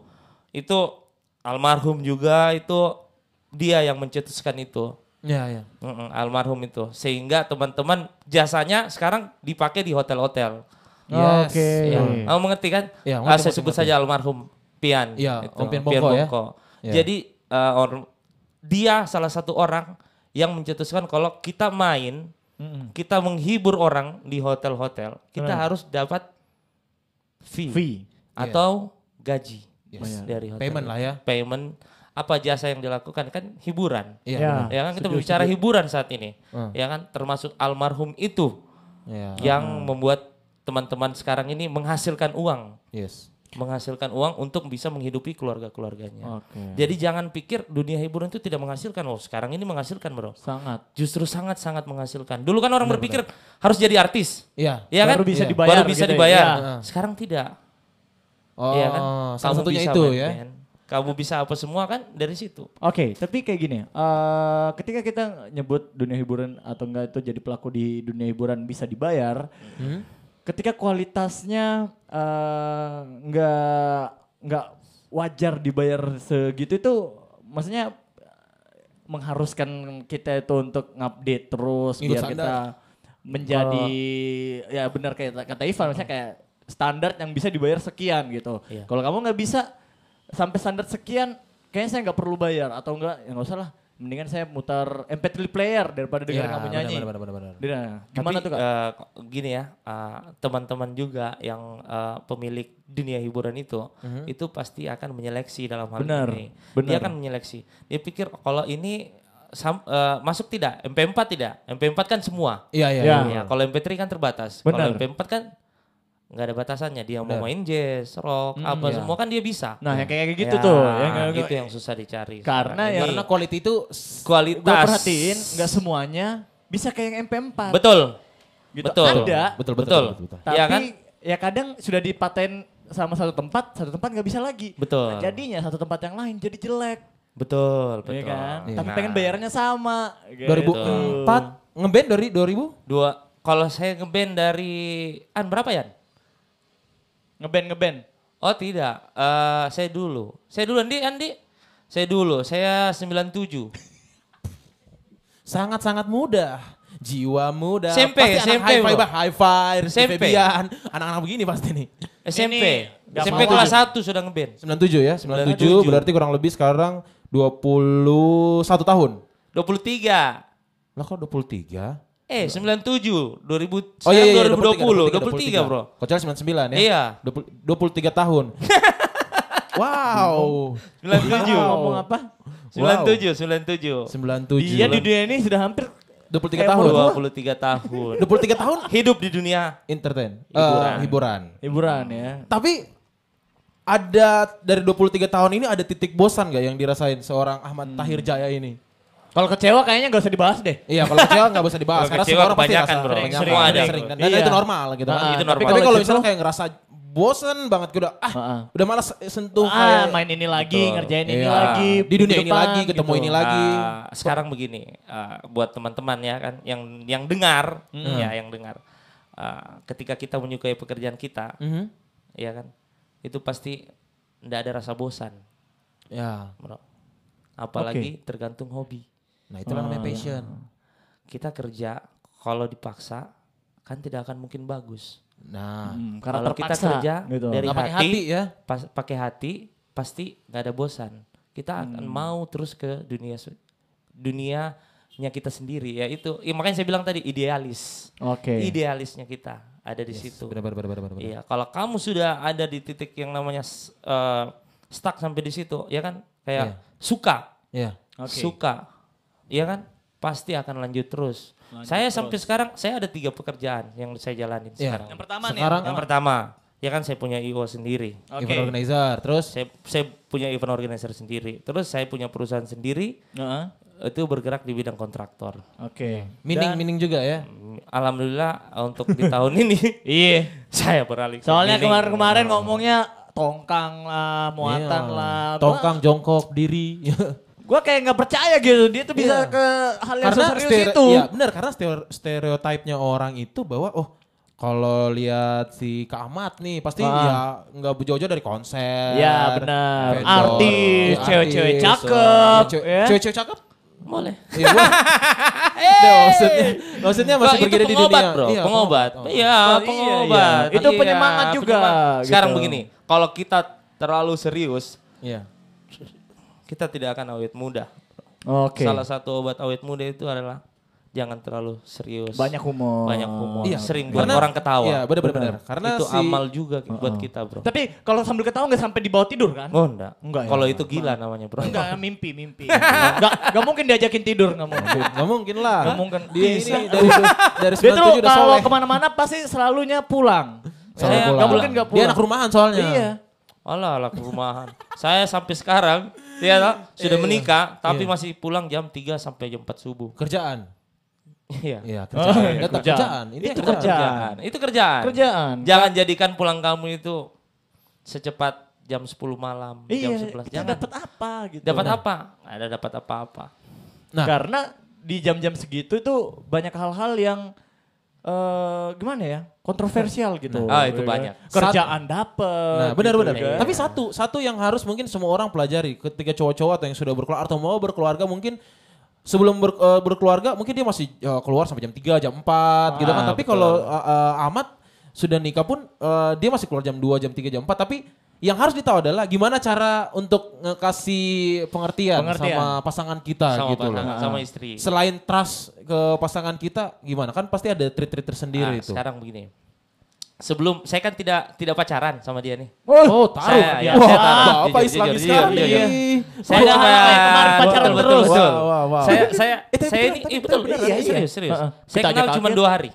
[SPEAKER 5] itu almarhum juga itu dia yang mencetuskan itu.
[SPEAKER 3] ya ya
[SPEAKER 5] Mm-mm, almarhum itu sehingga teman-teman jasanya sekarang dipakai di hotel-hotel.
[SPEAKER 3] Yes.
[SPEAKER 4] Oke.
[SPEAKER 5] Iya. Kamu mengerti kan?
[SPEAKER 3] Iya,
[SPEAKER 5] Ah,
[SPEAKER 3] ngerti,
[SPEAKER 5] saya
[SPEAKER 3] ngerti,
[SPEAKER 5] sebut
[SPEAKER 3] ngerti.
[SPEAKER 5] saja almarhum Pian.
[SPEAKER 3] Iya, Om
[SPEAKER 5] Itu,
[SPEAKER 3] Pian Bongko ya. Iya.
[SPEAKER 5] Jadi eh, or- dia salah satu orang yang mencetuskan kalau kita main, kita menghibur orang di hotel-hotel, kita harus dapat fee,
[SPEAKER 4] Fee.
[SPEAKER 5] atau gaji
[SPEAKER 3] Yes.
[SPEAKER 5] dari hotel.
[SPEAKER 3] iya. Payment lah ya.
[SPEAKER 5] Payment apa jasa yang dilakukan kan hiburan.
[SPEAKER 3] Iya, Ah.
[SPEAKER 4] Ya.
[SPEAKER 3] benar.
[SPEAKER 5] Ya kan kita bicara hiburan saat ini. Ya kan termasuk almarhum itu
[SPEAKER 3] Iya.
[SPEAKER 5] yang
[SPEAKER 4] Ah.
[SPEAKER 5] membuat teman-teman sekarang ini menghasilkan uang,
[SPEAKER 3] Yes.
[SPEAKER 5] menghasilkan uang untuk bisa menghidupi keluarga-keluarganya.
[SPEAKER 4] Oke.
[SPEAKER 5] Jadi jangan pikir dunia hiburan itu tidak menghasilkan. Oh, sekarang ini menghasilkan, Bro.
[SPEAKER 4] Sangat.
[SPEAKER 5] Justru sangat-sangat menghasilkan. Dulu kan orang berpikir harus jadi artis.
[SPEAKER 3] Iya.
[SPEAKER 5] Ya kan?
[SPEAKER 4] Baru bisa
[SPEAKER 5] Iya.
[SPEAKER 4] dibayar
[SPEAKER 5] Baru
[SPEAKER 4] gitu
[SPEAKER 5] bisa
[SPEAKER 4] ya.
[SPEAKER 5] dibayar.
[SPEAKER 4] Iya.
[SPEAKER 5] Sekarang tidak.
[SPEAKER 3] Oh,
[SPEAKER 5] Iya kan?
[SPEAKER 3] salah
[SPEAKER 5] Kamu
[SPEAKER 3] satunya
[SPEAKER 5] bisa
[SPEAKER 3] itu
[SPEAKER 5] main
[SPEAKER 3] ya.
[SPEAKER 5] band. Kamu bisa apa semua kan dari situ.
[SPEAKER 4] Oke, tapi kayak gini, eh ketika kita nyebut dunia hiburan atau enggak itu jadi pelaku di dunia hiburan bisa dibayar, ketika kualitasnya eh enggak enggak wajar dibayar segitu itu, maksudnya mengharuskan kita itu untuk ngupdate terus
[SPEAKER 3] Ikut
[SPEAKER 4] biar kita
[SPEAKER 3] standar.
[SPEAKER 4] menjadi ya benar kayak kata Ivan, maksudnya kayak standar yang bisa dibayar sekian gitu.
[SPEAKER 5] Iya.
[SPEAKER 4] Kalau kamu nggak bisa sampai standar sekian, kayaknya saya nggak perlu bayar atau enggak, ya nggak usah lah. mendingan saya mutar MP3 player daripada dengar
[SPEAKER 3] Iya,
[SPEAKER 4] kamu nyanyi.
[SPEAKER 3] benar, benar, benar, benar.
[SPEAKER 4] Dina, gimana
[SPEAKER 5] Tapi,
[SPEAKER 4] tuh kak?
[SPEAKER 5] eh, gini ya, eh, teman-teman juga yang eh, pemilik dunia hiburan itu, itu pasti akan menyeleksi dalam hal
[SPEAKER 4] Mhm. Benar,
[SPEAKER 5] ini.
[SPEAKER 4] benar.
[SPEAKER 5] Dia akan menyeleksi. Dia pikir kalau ini sam- eh, masuk tidak, MP4 tidak, MP4 kan semua.
[SPEAKER 3] Iya, iya.
[SPEAKER 4] Ya.
[SPEAKER 3] iya.
[SPEAKER 5] Ya, kalau MP3 kan terbatas.
[SPEAKER 4] Benar.
[SPEAKER 5] Kalau MP4 kan nggak ada batasannya. Dia mau main jazz, rock, apa semua kan dia
[SPEAKER 4] Hmm,
[SPEAKER 5] bisa.
[SPEAKER 4] iya. Nah, yang kayak gitu
[SPEAKER 5] Ya,
[SPEAKER 4] tuh, yang kayak
[SPEAKER 5] itu yang susah dicari.
[SPEAKER 4] Karena ya-
[SPEAKER 5] sekarang ini.
[SPEAKER 3] Karena quality itu s-
[SPEAKER 5] kualitas.
[SPEAKER 4] Gue perhatiin nggak semuanya bisa kayak yang MP4.
[SPEAKER 5] Betul.
[SPEAKER 4] Gitu.
[SPEAKER 5] Betul.
[SPEAKER 4] Ada.
[SPEAKER 3] Betul, betul, betul, betul.
[SPEAKER 5] Iya
[SPEAKER 4] Tapi
[SPEAKER 5] kan?
[SPEAKER 4] ya kadang sudah dipaten sama satu tempat, satu tempat nggak bisa lagi.
[SPEAKER 5] Betul.
[SPEAKER 4] Nah, jadinya satu tempat yang lain jadi jelek.
[SPEAKER 5] Betul, betul.
[SPEAKER 4] Iya kan?
[SPEAKER 5] Nah,
[SPEAKER 4] Tapi pengen bayarannya sama. gitu.
[SPEAKER 3] 2004 ngeband dari 2000?
[SPEAKER 5] Dua, kalau saya ngeband dari, an berapa ya?
[SPEAKER 4] Ngeband ngeband.
[SPEAKER 5] Oh tidak, Eh saya dulu. Saya dulu, Andi, Andi. Saya dulu, saya 97.
[SPEAKER 3] Sangat-sangat muda. Jiwa muda.
[SPEAKER 5] SMP,
[SPEAKER 3] pasti anak
[SPEAKER 5] SMP,
[SPEAKER 3] high five,
[SPEAKER 5] bro.
[SPEAKER 3] bah, high five, Rizky
[SPEAKER 5] SMP.
[SPEAKER 3] Febian. Anak-anak begini pasti nih.
[SPEAKER 5] SMP,
[SPEAKER 4] nggak
[SPEAKER 5] SMP
[SPEAKER 4] mau
[SPEAKER 5] kelas
[SPEAKER 4] aja.
[SPEAKER 5] 1 sudah ngeband.
[SPEAKER 3] 97 ya, 97,
[SPEAKER 5] 97.
[SPEAKER 3] berarti kurang lebih sekarang 21 tahun.
[SPEAKER 5] 23.
[SPEAKER 3] Lah kok 23?
[SPEAKER 5] Eh, 97, 2000,
[SPEAKER 3] Oh iya, iya,
[SPEAKER 5] 2020, 23, bro.
[SPEAKER 3] Kocel 99 ya?
[SPEAKER 5] Iya.
[SPEAKER 3] 20 23 tahun. wow.
[SPEAKER 5] 97.
[SPEAKER 4] Wow. Ngomong apa?
[SPEAKER 5] 97, 97.
[SPEAKER 3] 97.
[SPEAKER 5] Iya,
[SPEAKER 4] Dia di dunia ini sudah hampir
[SPEAKER 3] 23
[SPEAKER 4] kayak
[SPEAKER 3] tahun.
[SPEAKER 4] Tahun.
[SPEAKER 5] 23 tahun.
[SPEAKER 3] 23 tahun
[SPEAKER 5] Hidup di dunia.
[SPEAKER 3] entertain. Eh,
[SPEAKER 5] Hiburan.
[SPEAKER 3] hiburan.
[SPEAKER 4] hiburan ya.
[SPEAKER 3] Tapi ada dari 23 tahun ini ada titik bosan gak yang dirasain seorang Ahmad
[SPEAKER 5] Hmm.
[SPEAKER 3] Tahir Jaya ini?
[SPEAKER 4] Kalau kecewa kayaknya nggak usua dibahas deh.
[SPEAKER 3] Iya kalau kecewa gak bisa dibahas
[SPEAKER 5] Kalau
[SPEAKER 3] karena
[SPEAKER 5] kecewa
[SPEAKER 3] semua orang pasti
[SPEAKER 5] kebanyakan,
[SPEAKER 3] rasa
[SPEAKER 5] bro.
[SPEAKER 3] kebanyakan,
[SPEAKER 5] Semua ada,
[SPEAKER 3] sering
[SPEAKER 5] bro.
[SPEAKER 3] kan. Dan
[SPEAKER 4] Iya.
[SPEAKER 3] itu normal gitu kan.
[SPEAKER 4] Ah,
[SPEAKER 5] Itu
[SPEAKER 3] Tapi
[SPEAKER 5] normal.
[SPEAKER 3] kalau
[SPEAKER 4] Kalau
[SPEAKER 3] misalnya
[SPEAKER 4] jenuh-
[SPEAKER 3] kayak ngerasa bosen banget udah ah
[SPEAKER 4] Heeh.
[SPEAKER 3] udah malas sentuh
[SPEAKER 4] Ah,
[SPEAKER 3] kayak-
[SPEAKER 4] main ini lagi,
[SPEAKER 5] Betul.
[SPEAKER 4] ngerjain ini
[SPEAKER 3] Iya.
[SPEAKER 4] lagi,
[SPEAKER 3] di dunia ini
[SPEAKER 4] depan,
[SPEAKER 3] lagi ketemu
[SPEAKER 4] gitu.
[SPEAKER 3] ini lagi
[SPEAKER 5] Ah, sekarang begini ah, buat teman-teman ya kan yang yang dengar ya yang dengar Ah, ketika kita menyukai pekerjaan kita
[SPEAKER 3] Mhm.
[SPEAKER 5] ya kan itu pasti tidak ada rasa bosan
[SPEAKER 3] ya
[SPEAKER 5] bro apalagi tergantung hobi
[SPEAKER 3] nah itulah namanya
[SPEAKER 4] Ah.
[SPEAKER 3] passion
[SPEAKER 5] kita kerja kalau dipaksa kan tidak akan mungkin bagus
[SPEAKER 3] nah
[SPEAKER 4] Hmm, karena
[SPEAKER 5] kalau kita
[SPEAKER 4] terpaksa,
[SPEAKER 5] kerja
[SPEAKER 4] gitu.
[SPEAKER 5] dari
[SPEAKER 3] Nggak pakai
[SPEAKER 5] hati,
[SPEAKER 3] hati ya.
[SPEAKER 5] pas- pakai hati pasti nggak ada bosan kita akan
[SPEAKER 4] Hmm.
[SPEAKER 5] mau terus ke dunia su- dunianya kita sendiri ya itu Ya, makanya saya bilang tadi idealis
[SPEAKER 4] Oke.
[SPEAKER 5] idealisnya kita ada di situ
[SPEAKER 3] benar benar benar benar benar.
[SPEAKER 5] iya kalau kamu sudah ada di titik yang namanya s- eh, stuck sampai di situ ya kan
[SPEAKER 4] Iya.
[SPEAKER 5] kayak suka
[SPEAKER 3] ya
[SPEAKER 5] suka ya kan pasti akan lanjut terus saya sampai sekarang saya ada tiga pekerjaan yang saya jalanin
[SPEAKER 3] Iya.
[SPEAKER 5] sekarang
[SPEAKER 4] Yang pertama nih.
[SPEAKER 3] sekarang
[SPEAKER 5] yang pertama, ya kan saya punya IO sendiri.
[SPEAKER 4] Oke.
[SPEAKER 3] event organizer terus
[SPEAKER 5] Saya saya punya event organizer sendiri. Terus saya punya perusahaan sendiri
[SPEAKER 4] Heeh.
[SPEAKER 5] itu bergerak di bidang kontraktor.
[SPEAKER 4] Oke.
[SPEAKER 3] mining mining juga ya
[SPEAKER 5] Mm, Alhamdulillah untuk di tahun ini
[SPEAKER 4] Iya.
[SPEAKER 5] saya beralih. ke
[SPEAKER 4] Soalnya
[SPEAKER 5] milling.
[SPEAKER 4] kemarin-kemarin ngomongnya tongkang lah, muatan
[SPEAKER 3] Iya.
[SPEAKER 4] lah.
[SPEAKER 3] tongkang jongkok diri
[SPEAKER 4] Gua kayak nggak percaya gitu dia tuh bisa
[SPEAKER 3] Iya.
[SPEAKER 4] ke hal yang serius
[SPEAKER 3] stere-
[SPEAKER 4] itu.
[SPEAKER 3] Iya benar karena stereo- stereotipnya orang itu bahwa oh kalau lihat si Kak Ahmad nih pasti
[SPEAKER 4] Ah.
[SPEAKER 3] ya nggak jauh-jauh dari konser.
[SPEAKER 4] Iya, benar.
[SPEAKER 3] vendor,
[SPEAKER 4] Artis,
[SPEAKER 3] ya,
[SPEAKER 4] cewek-cewek
[SPEAKER 3] artis,
[SPEAKER 4] cakep,
[SPEAKER 3] eh, cewe-
[SPEAKER 4] ya.
[SPEAKER 3] Cewek-cewek cakep?
[SPEAKER 5] boleh.
[SPEAKER 3] Iya. gua- Nggak, maksudnya maksudnya masih
[SPEAKER 5] Wah, itu
[SPEAKER 3] bergerak di dunia.
[SPEAKER 5] pengobat, Bro.
[SPEAKER 3] Iya,
[SPEAKER 5] pengobat.
[SPEAKER 3] pengobat.
[SPEAKER 5] Iya,
[SPEAKER 4] Oh, iya,
[SPEAKER 5] pengobat.
[SPEAKER 4] iya. Itu penyemangat juga,
[SPEAKER 5] penyemangat. Sekarang
[SPEAKER 4] gitu.
[SPEAKER 5] begini, kalau kita terlalu serius,
[SPEAKER 3] Iya.
[SPEAKER 5] kita tidak akan awet muda.
[SPEAKER 4] Oke.
[SPEAKER 5] Salah satu obat awet muda itu adalah jangan terlalu serius.
[SPEAKER 4] Banyak humor.
[SPEAKER 5] Banyak humor.
[SPEAKER 3] Iya.
[SPEAKER 5] Sering buat
[SPEAKER 3] Karena-
[SPEAKER 5] orang ketawa.
[SPEAKER 3] Iya, benar benar. Karena
[SPEAKER 5] itu
[SPEAKER 3] si
[SPEAKER 5] amal juga buat kita, Bro.
[SPEAKER 4] Tapi kalau sambil ketawa nggak sampai di bawah tidur kan?
[SPEAKER 5] Oh, enggak.
[SPEAKER 4] Enggak ya?
[SPEAKER 5] Kalau itu gila namanya, Bro.
[SPEAKER 4] Enggak, mimpi, mimpi. Enggak, enggak mungkin diajakin tidur, enggak mungkin.
[SPEAKER 3] Nggak mungkin lah.
[SPEAKER 4] Nggak mungkin.
[SPEAKER 3] Dia ini dari dari
[SPEAKER 4] Dia tuh
[SPEAKER 3] 97 udah
[SPEAKER 4] kalau
[SPEAKER 3] soleh.
[SPEAKER 4] kemana-mana pasti selalunya pulang.
[SPEAKER 3] Soleh
[SPEAKER 5] Saya nggak
[SPEAKER 3] pulang.
[SPEAKER 4] mungkin nggak
[SPEAKER 3] Dia
[SPEAKER 4] pulang.
[SPEAKER 3] anak rumahan soalnya.
[SPEAKER 4] Iya.
[SPEAKER 5] Alah, alah rumahan. Saya sampai sekarang ya toh, sudah
[SPEAKER 3] Iya,
[SPEAKER 5] menikah tapi masih pulang jam 3 sampai jam 4 subuh.
[SPEAKER 3] Kerjaan.
[SPEAKER 5] Iya.
[SPEAKER 3] Iya, kerjaan.
[SPEAKER 4] iya,
[SPEAKER 3] Tetap
[SPEAKER 4] kerjaan.
[SPEAKER 3] kerjaan. Ini
[SPEAKER 4] Itu
[SPEAKER 3] kerjaan.
[SPEAKER 4] kerjaan.
[SPEAKER 5] Itu kerjaan.
[SPEAKER 4] Kerjaan.
[SPEAKER 5] Jangan jadikan pulang kamu itu secepat jam 10 malam,
[SPEAKER 4] Iya,
[SPEAKER 5] jam
[SPEAKER 4] kita
[SPEAKER 5] 11. Jangan.
[SPEAKER 4] dapat apa gitu.
[SPEAKER 5] Dapat
[SPEAKER 3] Iya.
[SPEAKER 5] apa? Nggak ada dapat apa-apa.
[SPEAKER 3] Nah.
[SPEAKER 4] Karena di jam-jam segitu tuh banyak hal-hal yang eh gimana ya? kontroversial gitu.
[SPEAKER 5] Nah, ah, itu banyak.
[SPEAKER 4] Kerjaan dapet.
[SPEAKER 3] Nah, benar-benar.
[SPEAKER 4] gitu kan.
[SPEAKER 3] Tapi satu, satu yang harus mungkin semua orang pelajari ketika cowok-cowok atau yang sudah berkeluarga atau mau berkeluarga mungkin sebelum ber- eh, berkeluarga mungkin dia masih eh, keluar sampai jam 3, jam 4 gitu
[SPEAKER 5] Ah,
[SPEAKER 3] kan. Tapi kalau eh, eh, Ahmad sudah nikah pun eh, dia masih keluar jam 2, jam 3, jam 4 tapi Yang harus ditahu adalah gimana cara untuk ngekasih pengertian,
[SPEAKER 4] Pengertian.
[SPEAKER 3] sama pasangan kita
[SPEAKER 5] sama
[SPEAKER 3] gitu loh.
[SPEAKER 5] pasangan, sama istri.
[SPEAKER 3] Selain trust ke pasangan kita, gimana? Kan pasti ada treat-treat
[SPEAKER 5] Nah,
[SPEAKER 3] tersendiri itu.
[SPEAKER 5] sekarang begini. Sebelum saya kan tidak tidak pacaran sama dia nih.
[SPEAKER 3] Oh, taruh.
[SPEAKER 5] Saya-
[SPEAKER 3] dia.
[SPEAKER 5] ya,
[SPEAKER 3] Wah,
[SPEAKER 5] saya taruh.
[SPEAKER 3] Bapak
[SPEAKER 5] Jujur,
[SPEAKER 3] Islami
[SPEAKER 5] jujur,
[SPEAKER 3] sekali.
[SPEAKER 5] jujur, jujur. Saya
[SPEAKER 4] Padahal
[SPEAKER 5] cuma-
[SPEAKER 4] kayak kemarin pacaran
[SPEAKER 5] betul,
[SPEAKER 4] terus.
[SPEAKER 5] Betul, betul.
[SPEAKER 3] Wah, wah, wah.
[SPEAKER 5] Saya saya
[SPEAKER 3] Eh, tapi
[SPEAKER 5] saya
[SPEAKER 3] benar,
[SPEAKER 5] ini
[SPEAKER 3] tapi
[SPEAKER 5] iya, betul
[SPEAKER 3] benar,
[SPEAKER 5] iya,
[SPEAKER 3] iya.
[SPEAKER 5] serius serius.
[SPEAKER 4] Heeh.
[SPEAKER 5] Saya
[SPEAKER 4] Kita aja
[SPEAKER 5] kenal cuma
[SPEAKER 4] kaget.
[SPEAKER 5] dua hari.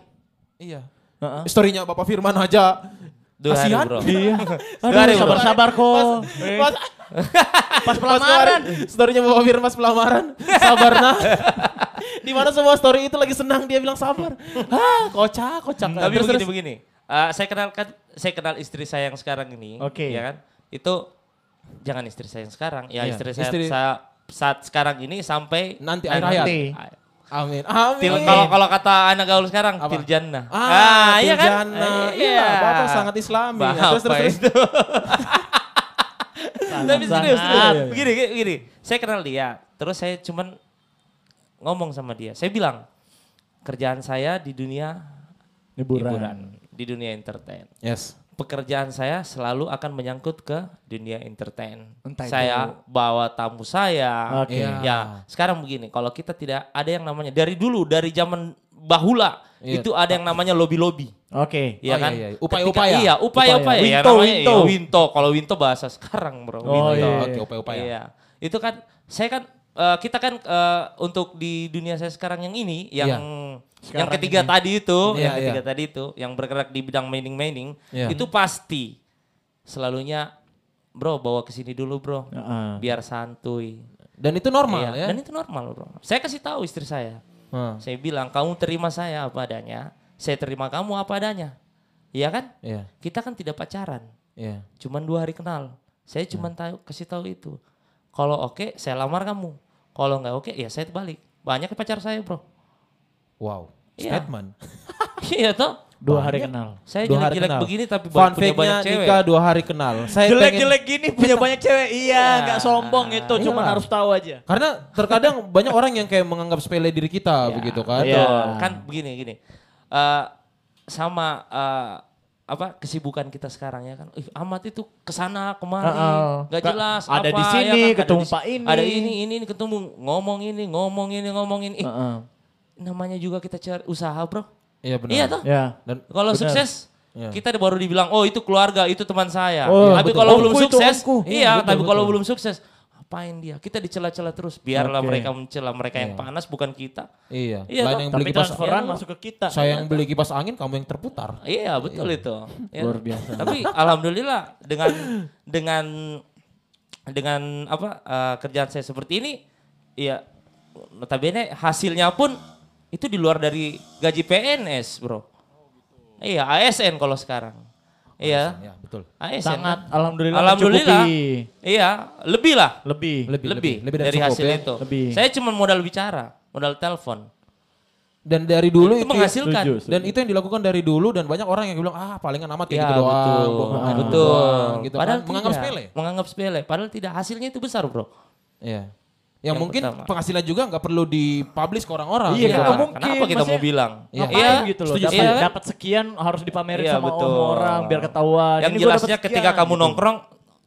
[SPEAKER 3] Iya.
[SPEAKER 4] Heeh.
[SPEAKER 3] Story-nya Bapak Firman aja.
[SPEAKER 5] Dua hari,
[SPEAKER 3] Kasihan.
[SPEAKER 5] bro.
[SPEAKER 4] Iya.
[SPEAKER 5] Dua hari,
[SPEAKER 4] Aduh,
[SPEAKER 5] bro.
[SPEAKER 4] sabar-sabar kok.
[SPEAKER 3] Pas,
[SPEAKER 4] Pas
[SPEAKER 3] Eh. pelamaran.
[SPEAKER 4] pelamaran.
[SPEAKER 3] Storynya Bapak Firman pas pelamaran. Sabar nah. Di mana semua story itu lagi senang dia bilang sabar. Hah, kocak, kocak.
[SPEAKER 5] Tapi
[SPEAKER 3] Terus,
[SPEAKER 5] begini
[SPEAKER 3] terus.
[SPEAKER 5] begini. Eh, saya kenal kan- saya kenal istri saya yang sekarang ini,
[SPEAKER 4] Oke.
[SPEAKER 5] ya kan? Itu jangan istri saya yang sekarang, ya
[SPEAKER 3] Iya,
[SPEAKER 5] istri saya
[SPEAKER 3] istri-
[SPEAKER 5] sa- saat sekarang ini sampai
[SPEAKER 3] Nanti akhir hayat.
[SPEAKER 5] Ah,
[SPEAKER 3] Amin.
[SPEAKER 5] Til,
[SPEAKER 3] Amin.
[SPEAKER 5] kalau kalau kata anak gaul sekarang
[SPEAKER 3] Apa?
[SPEAKER 5] til jannah.
[SPEAKER 3] Ah,
[SPEAKER 5] iya
[SPEAKER 3] iya
[SPEAKER 5] kan?
[SPEAKER 3] Iya, Bapak sangat islami. Ya,
[SPEAKER 5] Bapak
[SPEAKER 3] Terus, terus, terus. Iya,
[SPEAKER 5] itu. Tapi serius,
[SPEAKER 4] sangat.
[SPEAKER 5] serius. Begini, kayak begini. Saya kenal dia, terus saya cuman ngomong sama dia. Saya bilang, kerjaan saya di dunia hiburan,
[SPEAKER 4] Liburan.
[SPEAKER 5] di dunia entertain.
[SPEAKER 3] Yes.
[SPEAKER 5] Pekerjaan saya selalu akan menyangkut ke dunia entertain.
[SPEAKER 4] Entah itu-
[SPEAKER 5] saya bawa tamu saya.
[SPEAKER 4] Oke.
[SPEAKER 5] Ya, sekarang begini, kalau kita tidak ada yang namanya dari dulu dari zaman bahula
[SPEAKER 3] Iya.
[SPEAKER 5] itu ada yang namanya lobby-lobby.
[SPEAKER 4] Oke.
[SPEAKER 5] Iya
[SPEAKER 3] Oh,
[SPEAKER 5] kan?
[SPEAKER 3] iya, iya. Upaya-upaya.
[SPEAKER 5] Ketika- Iya, upaya-upaya.
[SPEAKER 4] Upaya.
[SPEAKER 5] Ya,
[SPEAKER 4] Winto,
[SPEAKER 5] namanya,
[SPEAKER 4] winto.
[SPEAKER 5] iya, winto. Kalau winto bahasa sekarang, Bro.
[SPEAKER 4] Oh,
[SPEAKER 5] winto.
[SPEAKER 4] iya.
[SPEAKER 3] Oke, upaya-upaya.
[SPEAKER 5] Iya. Itu kan saya kan eh, kita kan eh, untuk di dunia saya sekarang yang ini yang
[SPEAKER 3] Iya.
[SPEAKER 5] yang
[SPEAKER 4] Sekarang
[SPEAKER 5] ketiga tadi itu,
[SPEAKER 3] Iya,
[SPEAKER 5] yang ketiga
[SPEAKER 3] iya.
[SPEAKER 5] tadi itu yang bergerak di bidang mining-mining
[SPEAKER 3] Iya.
[SPEAKER 5] itu pasti selalunya Bro, bawa ke sini dulu, Bro.
[SPEAKER 4] Heeh.
[SPEAKER 5] Biar santuy.
[SPEAKER 3] Dan itu normal
[SPEAKER 5] Iya,
[SPEAKER 3] ya.
[SPEAKER 5] Dan itu normal, Bro. Saya kasih tahu istri saya.
[SPEAKER 3] Hmm,
[SPEAKER 5] Saya bilang, kamu terima saya apa adanya, saya terima kamu apa adanya. Iya kan?
[SPEAKER 3] Iya.
[SPEAKER 5] Kita kan tidak pacaran,
[SPEAKER 3] Iya.
[SPEAKER 5] cuman dua hari kenal. Saya
[SPEAKER 3] Hmm.
[SPEAKER 5] cuman tahu kasih tahu itu. Kalau oke, saya lamar kamu. Kalau nggak oke, ya saya balik. Banyak pacar saya, bro.
[SPEAKER 3] Wow.
[SPEAKER 5] Iya.
[SPEAKER 3] Statement.
[SPEAKER 5] Iya toh.
[SPEAKER 4] Dua hari kenal.
[SPEAKER 5] Saya
[SPEAKER 3] Dua hari
[SPEAKER 5] jelek-jelek
[SPEAKER 3] kenal.
[SPEAKER 5] begini tapi
[SPEAKER 3] Fun
[SPEAKER 5] punya banyak
[SPEAKER 3] fact-nya
[SPEAKER 5] cewek.
[SPEAKER 3] nikah dua hari kenal. Saya pengen-
[SPEAKER 4] Jelek-jelek gini punya banyak cewek.
[SPEAKER 5] Iya.
[SPEAKER 4] Iya, nggak sombong itu, cuman
[SPEAKER 3] Iyalah.
[SPEAKER 4] harus tahu aja.
[SPEAKER 3] Karena terkadang banyak orang yang kayak menganggap sepele diri kita
[SPEAKER 5] Ya,
[SPEAKER 3] begitu kan.
[SPEAKER 5] betul.
[SPEAKER 4] Iya.
[SPEAKER 5] Kan begini gini. Eh, sama eh, apa kesibukan kita sekarang ya kan. Ih, amat itu kesana kemari
[SPEAKER 4] Heeh.
[SPEAKER 5] nggak
[SPEAKER 4] Ka-
[SPEAKER 5] jelas
[SPEAKER 4] ada
[SPEAKER 5] apa,
[SPEAKER 4] di sini,
[SPEAKER 5] ya kan? Ada
[SPEAKER 4] ketemu
[SPEAKER 5] di si-
[SPEAKER 4] Pak ini.
[SPEAKER 5] Ada ini ini ini, ketemu ngomong ini, ngomong ini, ngomong ini. Ih,
[SPEAKER 4] Heeh.
[SPEAKER 5] namanya juga kita cari usaha, Bro.
[SPEAKER 3] Iya benar.
[SPEAKER 5] Iya toh?
[SPEAKER 4] Ya.
[SPEAKER 3] Dan
[SPEAKER 5] Kalau
[SPEAKER 4] Benar.
[SPEAKER 5] sukses
[SPEAKER 3] Iya.
[SPEAKER 5] kita baru dibilang oh itu keluarga, itu teman saya.
[SPEAKER 4] Oh,
[SPEAKER 5] tapi
[SPEAKER 4] betul.
[SPEAKER 5] kalau
[SPEAKER 4] Omku
[SPEAKER 5] belum
[SPEAKER 4] itu
[SPEAKER 5] sukses,
[SPEAKER 4] omku.
[SPEAKER 5] iya,
[SPEAKER 4] Iya, betul,
[SPEAKER 5] tapi kalau
[SPEAKER 4] betul.
[SPEAKER 5] belum sukses apain dia? Kita dicela-cela terus. Biarlah
[SPEAKER 4] Oke.
[SPEAKER 5] mereka mencela, mereka yang panas bukan kita.
[SPEAKER 3] iya.
[SPEAKER 5] Iya,
[SPEAKER 3] Lain
[SPEAKER 5] toh.
[SPEAKER 3] yang beli
[SPEAKER 4] Tapi
[SPEAKER 3] kipas
[SPEAKER 4] transferan
[SPEAKER 5] Iya.
[SPEAKER 4] masuk ke kita.
[SPEAKER 3] saya yang beli kipas angin kamu yang terputar.
[SPEAKER 5] Iya betul itu. Ya.
[SPEAKER 4] Luar biasa.
[SPEAKER 5] Tapi alhamdulillah dengan dengan dengan apa eh, kerjaan saya seperti ini, ya notabene hasilnya pun itu di luar dari gaji PNS bro. Iya ASN kalau sekarang. Iya
[SPEAKER 3] Ya, betul.
[SPEAKER 5] ASN.
[SPEAKER 4] sangat alhamdulillah
[SPEAKER 5] kan? Alhamdulillah.
[SPEAKER 4] mencukupi.
[SPEAKER 5] Iya lebih lah.
[SPEAKER 4] lebih
[SPEAKER 3] Lebih
[SPEAKER 5] Lebih,
[SPEAKER 3] lebih
[SPEAKER 5] dari
[SPEAKER 3] cukup,
[SPEAKER 5] hasil
[SPEAKER 3] ya.
[SPEAKER 5] itu.
[SPEAKER 4] Lebih.
[SPEAKER 5] Saya cuma modal bicara, modal telepon.
[SPEAKER 3] Dan dari dulu itu,
[SPEAKER 5] Itu
[SPEAKER 3] ya,
[SPEAKER 5] menghasilkan.
[SPEAKER 4] Setuju, setuju.
[SPEAKER 3] dan itu yang dilakukan dari dulu dan banyak orang yang bilang ah palingan amat kayak
[SPEAKER 5] Ya,
[SPEAKER 3] gitu doang.
[SPEAKER 5] betul.
[SPEAKER 3] bohong aja
[SPEAKER 5] betul.
[SPEAKER 3] doang," gitu
[SPEAKER 5] Padahal
[SPEAKER 3] kan. menganggap
[SPEAKER 5] tidak.
[SPEAKER 3] sepele.
[SPEAKER 5] Iya. Menganggap sepele. Padahal tidak. Hasilnya itu besar, bro.
[SPEAKER 3] Iya. Yang,
[SPEAKER 5] Yang
[SPEAKER 3] mungkin
[SPEAKER 5] pertama.
[SPEAKER 3] penghasilan juga nggak perlu dipublish ke orang-orang.
[SPEAKER 4] Iya,
[SPEAKER 3] gitu
[SPEAKER 4] nggak
[SPEAKER 3] kan.
[SPEAKER 4] mungkin.
[SPEAKER 5] Kenapa kita mau
[SPEAKER 4] maksudnya
[SPEAKER 5] bilang?
[SPEAKER 3] Iya.
[SPEAKER 4] Ngapain gitu loh
[SPEAKER 5] Setuju,
[SPEAKER 4] dapat,
[SPEAKER 5] iya kan?
[SPEAKER 4] dapat sekian harus dipamerin
[SPEAKER 5] Iya,
[SPEAKER 4] sama
[SPEAKER 5] betul.
[SPEAKER 4] om orang biar ketahuan
[SPEAKER 5] Yang
[SPEAKER 4] Ini gua
[SPEAKER 5] jelasnya
[SPEAKER 4] dapat
[SPEAKER 5] ketika
[SPEAKER 4] sekian,
[SPEAKER 5] kamu
[SPEAKER 4] gitu.
[SPEAKER 5] nongkrong,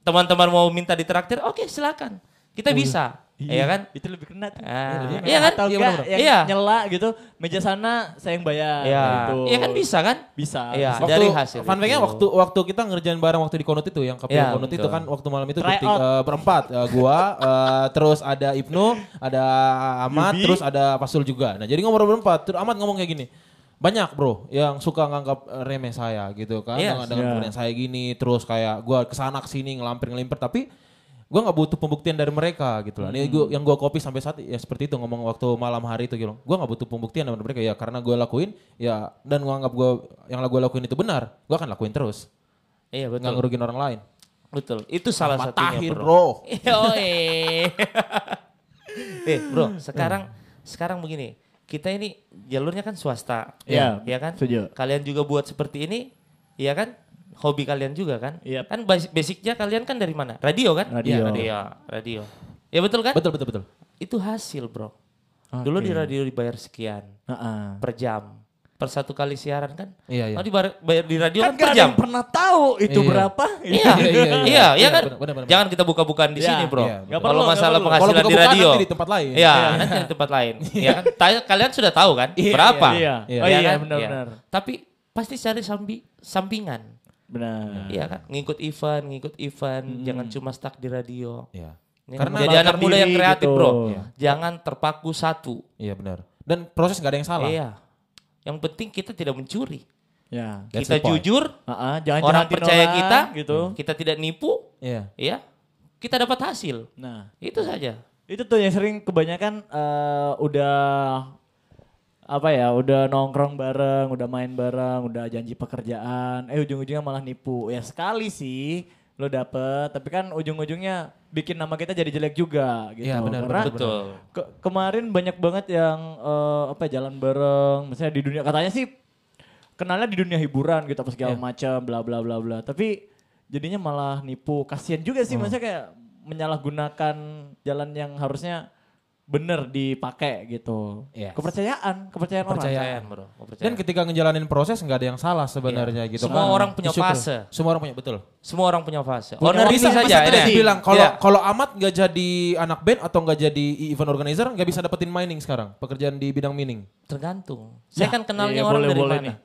[SPEAKER 5] teman-teman mau minta ditraktir, oke silakan. Kita bisa. Iya kan?
[SPEAKER 4] itu lebih kena tuh
[SPEAKER 5] Ah,
[SPEAKER 4] Lebih kena.
[SPEAKER 5] iya kan?
[SPEAKER 4] atau
[SPEAKER 3] Iya,
[SPEAKER 4] enggak
[SPEAKER 3] benar-benar.
[SPEAKER 4] yang
[SPEAKER 5] Iya.
[SPEAKER 4] nyela gitu meja sana saya yang bayar
[SPEAKER 5] Iya.
[SPEAKER 4] gitu.
[SPEAKER 5] Iya kan bisa kan?
[SPEAKER 4] bisa
[SPEAKER 5] Iya.
[SPEAKER 4] bisa.
[SPEAKER 3] Waktu,
[SPEAKER 5] Dari hasil
[SPEAKER 3] Fun fact-nya
[SPEAKER 5] itu.
[SPEAKER 3] waktu waktu kita ngerjain bareng waktu di Konut itu yang ke
[SPEAKER 5] Iya,
[SPEAKER 3] Konut itu
[SPEAKER 5] betul.
[SPEAKER 3] kan waktu malam itu
[SPEAKER 4] Try
[SPEAKER 3] bertiga-
[SPEAKER 4] out.
[SPEAKER 3] eh, berempat Eh, gua eh, terus ada Ibnu, ada Ahmad,
[SPEAKER 4] Yudi.
[SPEAKER 3] terus ada Pasul juga. Nah, jadi ngobrol berempat. Terus Ahmad ngomong kayak gini. Banyak bro yang suka nganggap eh, remeh saya gitu kan
[SPEAKER 5] Yes.
[SPEAKER 3] dengan, dengan
[SPEAKER 4] Iya.
[SPEAKER 3] pemberian saya gini terus kayak gua kesana kesini ngelampir ngelimper tapi gua nggak butuh pembuktian dari mereka gitu lah.
[SPEAKER 5] Hmm.
[SPEAKER 3] Ini gua- yang gua copy sampai saat ya seperti itu ngomong waktu malam hari itu gitu. Gua nggak butuh pembuktian dari mereka ya karena gua lakuin ya dan gua anggap gua yang gua lakuin itu benar, gua akan lakuin terus
[SPEAKER 5] Iya,
[SPEAKER 3] nggak
[SPEAKER 5] betul.
[SPEAKER 3] ngerugin orang lain.
[SPEAKER 5] Betul. Itu salah
[SPEAKER 3] Ahmad Tahir,
[SPEAKER 5] satunya,
[SPEAKER 3] bro.
[SPEAKER 5] bro. Yoi. eh, bro, sekarang sekarang begini. Kita ini jalurnya kan swasta.
[SPEAKER 4] Iya,
[SPEAKER 5] Ya kan?
[SPEAKER 4] setuju.
[SPEAKER 5] Kalian juga buat seperti ini, ya kan? Hobi kalian juga kan?
[SPEAKER 4] Yap.
[SPEAKER 5] Kan bas- basicnya kalian kan dari mana? Radio
[SPEAKER 4] Iya.
[SPEAKER 5] kan?
[SPEAKER 4] Radio.
[SPEAKER 5] Iya, radio, radio. Ya betul kan?
[SPEAKER 3] Betul betul betul.
[SPEAKER 5] Itu hasil, bro. Dulu di radio dibayar sekian
[SPEAKER 4] Heeh.
[SPEAKER 5] per jam. per satu kali siaran kan.
[SPEAKER 3] Iya, iya.
[SPEAKER 5] Kalau dibayar, bayar di radio
[SPEAKER 4] Kan
[SPEAKER 5] kan,
[SPEAKER 4] gak
[SPEAKER 5] per
[SPEAKER 4] ada
[SPEAKER 5] jam.
[SPEAKER 4] yang pernah tahu itu
[SPEAKER 3] Iya.
[SPEAKER 4] berapa.
[SPEAKER 3] Iya,
[SPEAKER 5] Iya, iya,
[SPEAKER 3] iya,
[SPEAKER 5] iya,
[SPEAKER 3] iya. Iya,
[SPEAKER 5] kan?
[SPEAKER 3] benar, benar, benar.
[SPEAKER 5] Jangan kita buka-bukaan di
[SPEAKER 4] Iya.
[SPEAKER 5] sini, Bro.
[SPEAKER 3] Iya,
[SPEAKER 4] betul.
[SPEAKER 5] Kalau
[SPEAKER 4] Nggak
[SPEAKER 5] masalah
[SPEAKER 4] perlu, nggak
[SPEAKER 3] Kalau
[SPEAKER 5] penghasilan di
[SPEAKER 3] buka-bukaan
[SPEAKER 5] radio.
[SPEAKER 3] nanti di tempat lain.
[SPEAKER 5] Iya, nanti di tempat lain. Iya kan? Ta- Kalian sudah tahu kan
[SPEAKER 4] Iya,
[SPEAKER 5] berapa?
[SPEAKER 4] iya.
[SPEAKER 3] Iya.
[SPEAKER 4] Oh iya,
[SPEAKER 5] kan?
[SPEAKER 4] benar-benar.
[SPEAKER 5] Tapi pasti cari sambi sampingan.
[SPEAKER 4] Benar.
[SPEAKER 5] Iya kan? Ngikut event, ngikut event, jangan cuma stuck di radio.
[SPEAKER 3] Iya.
[SPEAKER 5] Ya,
[SPEAKER 3] Hmm. Karena
[SPEAKER 5] jadi anak
[SPEAKER 4] bakar
[SPEAKER 5] muda yang
[SPEAKER 4] diri
[SPEAKER 5] kreatif,
[SPEAKER 4] gitu.
[SPEAKER 5] Bro.
[SPEAKER 4] Iya.
[SPEAKER 5] Jangan terpaku satu.
[SPEAKER 3] Iya benar. Dan proses nggak ada yang salah.
[SPEAKER 5] Iya. Yang penting kita tidak mencuri.
[SPEAKER 4] Ya.
[SPEAKER 3] That's the
[SPEAKER 5] kita
[SPEAKER 3] point.
[SPEAKER 5] jujur,
[SPEAKER 4] Ah, ah, jangan
[SPEAKER 5] Iya. orang
[SPEAKER 4] jahatin
[SPEAKER 5] percaya
[SPEAKER 4] orang,
[SPEAKER 5] kita,
[SPEAKER 4] gitu.
[SPEAKER 3] Hmm.
[SPEAKER 5] kita tidak nipu,
[SPEAKER 3] Iya.
[SPEAKER 5] ya. Kita dapat hasil.
[SPEAKER 4] Nah,
[SPEAKER 5] Itu saja.
[SPEAKER 4] itu tuh yang sering kebanyakan eh, udah apa ya, udah nongkrong bareng, udah main bareng, udah janji pekerjaan, eh ujung-ujungnya malah nipu. Ya sekali sih lo dapet, tapi kan ujung-ujungnya bikin nama kita jadi jelek juga gitu.
[SPEAKER 3] Iya, benar,
[SPEAKER 4] Karena
[SPEAKER 3] benar,
[SPEAKER 5] Betul.
[SPEAKER 4] Ke- kemarin banyak banget yang eh, apa ya, jalan bareng, misalnya di dunia katanya sih kenalnya di dunia hiburan gitu apa segala
[SPEAKER 3] Iya.
[SPEAKER 4] macam bla bla bla bla. Tapi jadinya malah nipu. Kasihan juga sih
[SPEAKER 5] Hmm.
[SPEAKER 4] maksudnya kayak menyalahgunakan jalan yang harusnya bener dipakai gitu.
[SPEAKER 3] Yes.
[SPEAKER 4] Kepercayaan, kepercayaan,
[SPEAKER 5] Iya. Kepercayaan,
[SPEAKER 4] orang.
[SPEAKER 5] Bro. Kepercayaan.
[SPEAKER 3] Dan ketika ngejalanin proses nggak ada yang salah sebenarnya gitu.
[SPEAKER 5] Ya. Iya. Semua
[SPEAKER 3] kan.
[SPEAKER 5] orang punya
[SPEAKER 3] Bersyukur.
[SPEAKER 5] fase.
[SPEAKER 3] Semua orang punya betul.
[SPEAKER 5] Semua orang punya fase.
[SPEAKER 4] Punya
[SPEAKER 5] Honor
[SPEAKER 4] waktu
[SPEAKER 5] bisa
[SPEAKER 4] yang
[SPEAKER 5] saja.
[SPEAKER 4] pasti
[SPEAKER 5] ya.
[SPEAKER 4] tadi.
[SPEAKER 3] bilang kalau
[SPEAKER 5] Iya.
[SPEAKER 3] kalau Amat nggak jadi anak band atau nggak jadi event organizer nggak bisa dapetin mining sekarang pekerjaan di bidang mining.
[SPEAKER 5] tergantung.
[SPEAKER 4] Ya,
[SPEAKER 5] Saya kan kenalnya
[SPEAKER 4] iya,
[SPEAKER 5] orang
[SPEAKER 4] boleh,
[SPEAKER 5] dari
[SPEAKER 4] boleh
[SPEAKER 5] mana.
[SPEAKER 4] nih.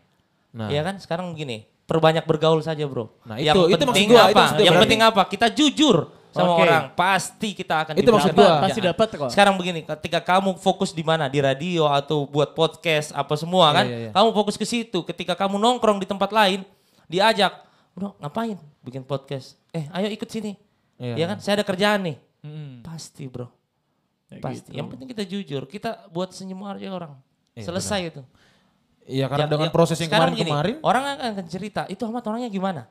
[SPEAKER 3] Nah.
[SPEAKER 5] Iya kan sekarang begini, perbanyak bergaul saja, Bro.
[SPEAKER 3] Nah,
[SPEAKER 5] yang
[SPEAKER 3] itu- itu
[SPEAKER 5] penting
[SPEAKER 3] maksud gua, itu
[SPEAKER 5] apa?
[SPEAKER 3] maksud gua
[SPEAKER 5] yang
[SPEAKER 3] berarti.
[SPEAKER 5] penting apa? Kita jujur sama
[SPEAKER 4] Oke.
[SPEAKER 5] orang, pasti kita akan
[SPEAKER 3] Itu maksud
[SPEAKER 5] diberitahu.
[SPEAKER 3] gua.
[SPEAKER 4] Pasti dapat kok.
[SPEAKER 5] Sekarang begini, ketika kamu fokus di mana? Di radio atau buat podcast apa
[SPEAKER 3] Iya,
[SPEAKER 5] semua kan?
[SPEAKER 3] iya, iya.
[SPEAKER 5] Kamu fokus ke situ. Ketika kamu nongkrong di tempat lain, diajak, "Bro, ngapain bikin podcast? Eh, ayo ikut sini."
[SPEAKER 3] Iya.
[SPEAKER 5] Iya kan? Saya ada kerjaan nih.
[SPEAKER 4] Mm-mm.
[SPEAKER 5] Pasti, Bro.
[SPEAKER 3] gitu.
[SPEAKER 4] Ya
[SPEAKER 5] Pasti. Yang penting kita jujur. Kita buat senyum aja orang. Selesai itu.
[SPEAKER 3] Iya karena
[SPEAKER 5] Ya,
[SPEAKER 3] dengan
[SPEAKER 5] ya,
[SPEAKER 3] proses yang
[SPEAKER 5] sekarang
[SPEAKER 3] kemarin-kemarin.
[SPEAKER 5] gini, orang akan akan cerita, itu Ahmad orangnya gimana?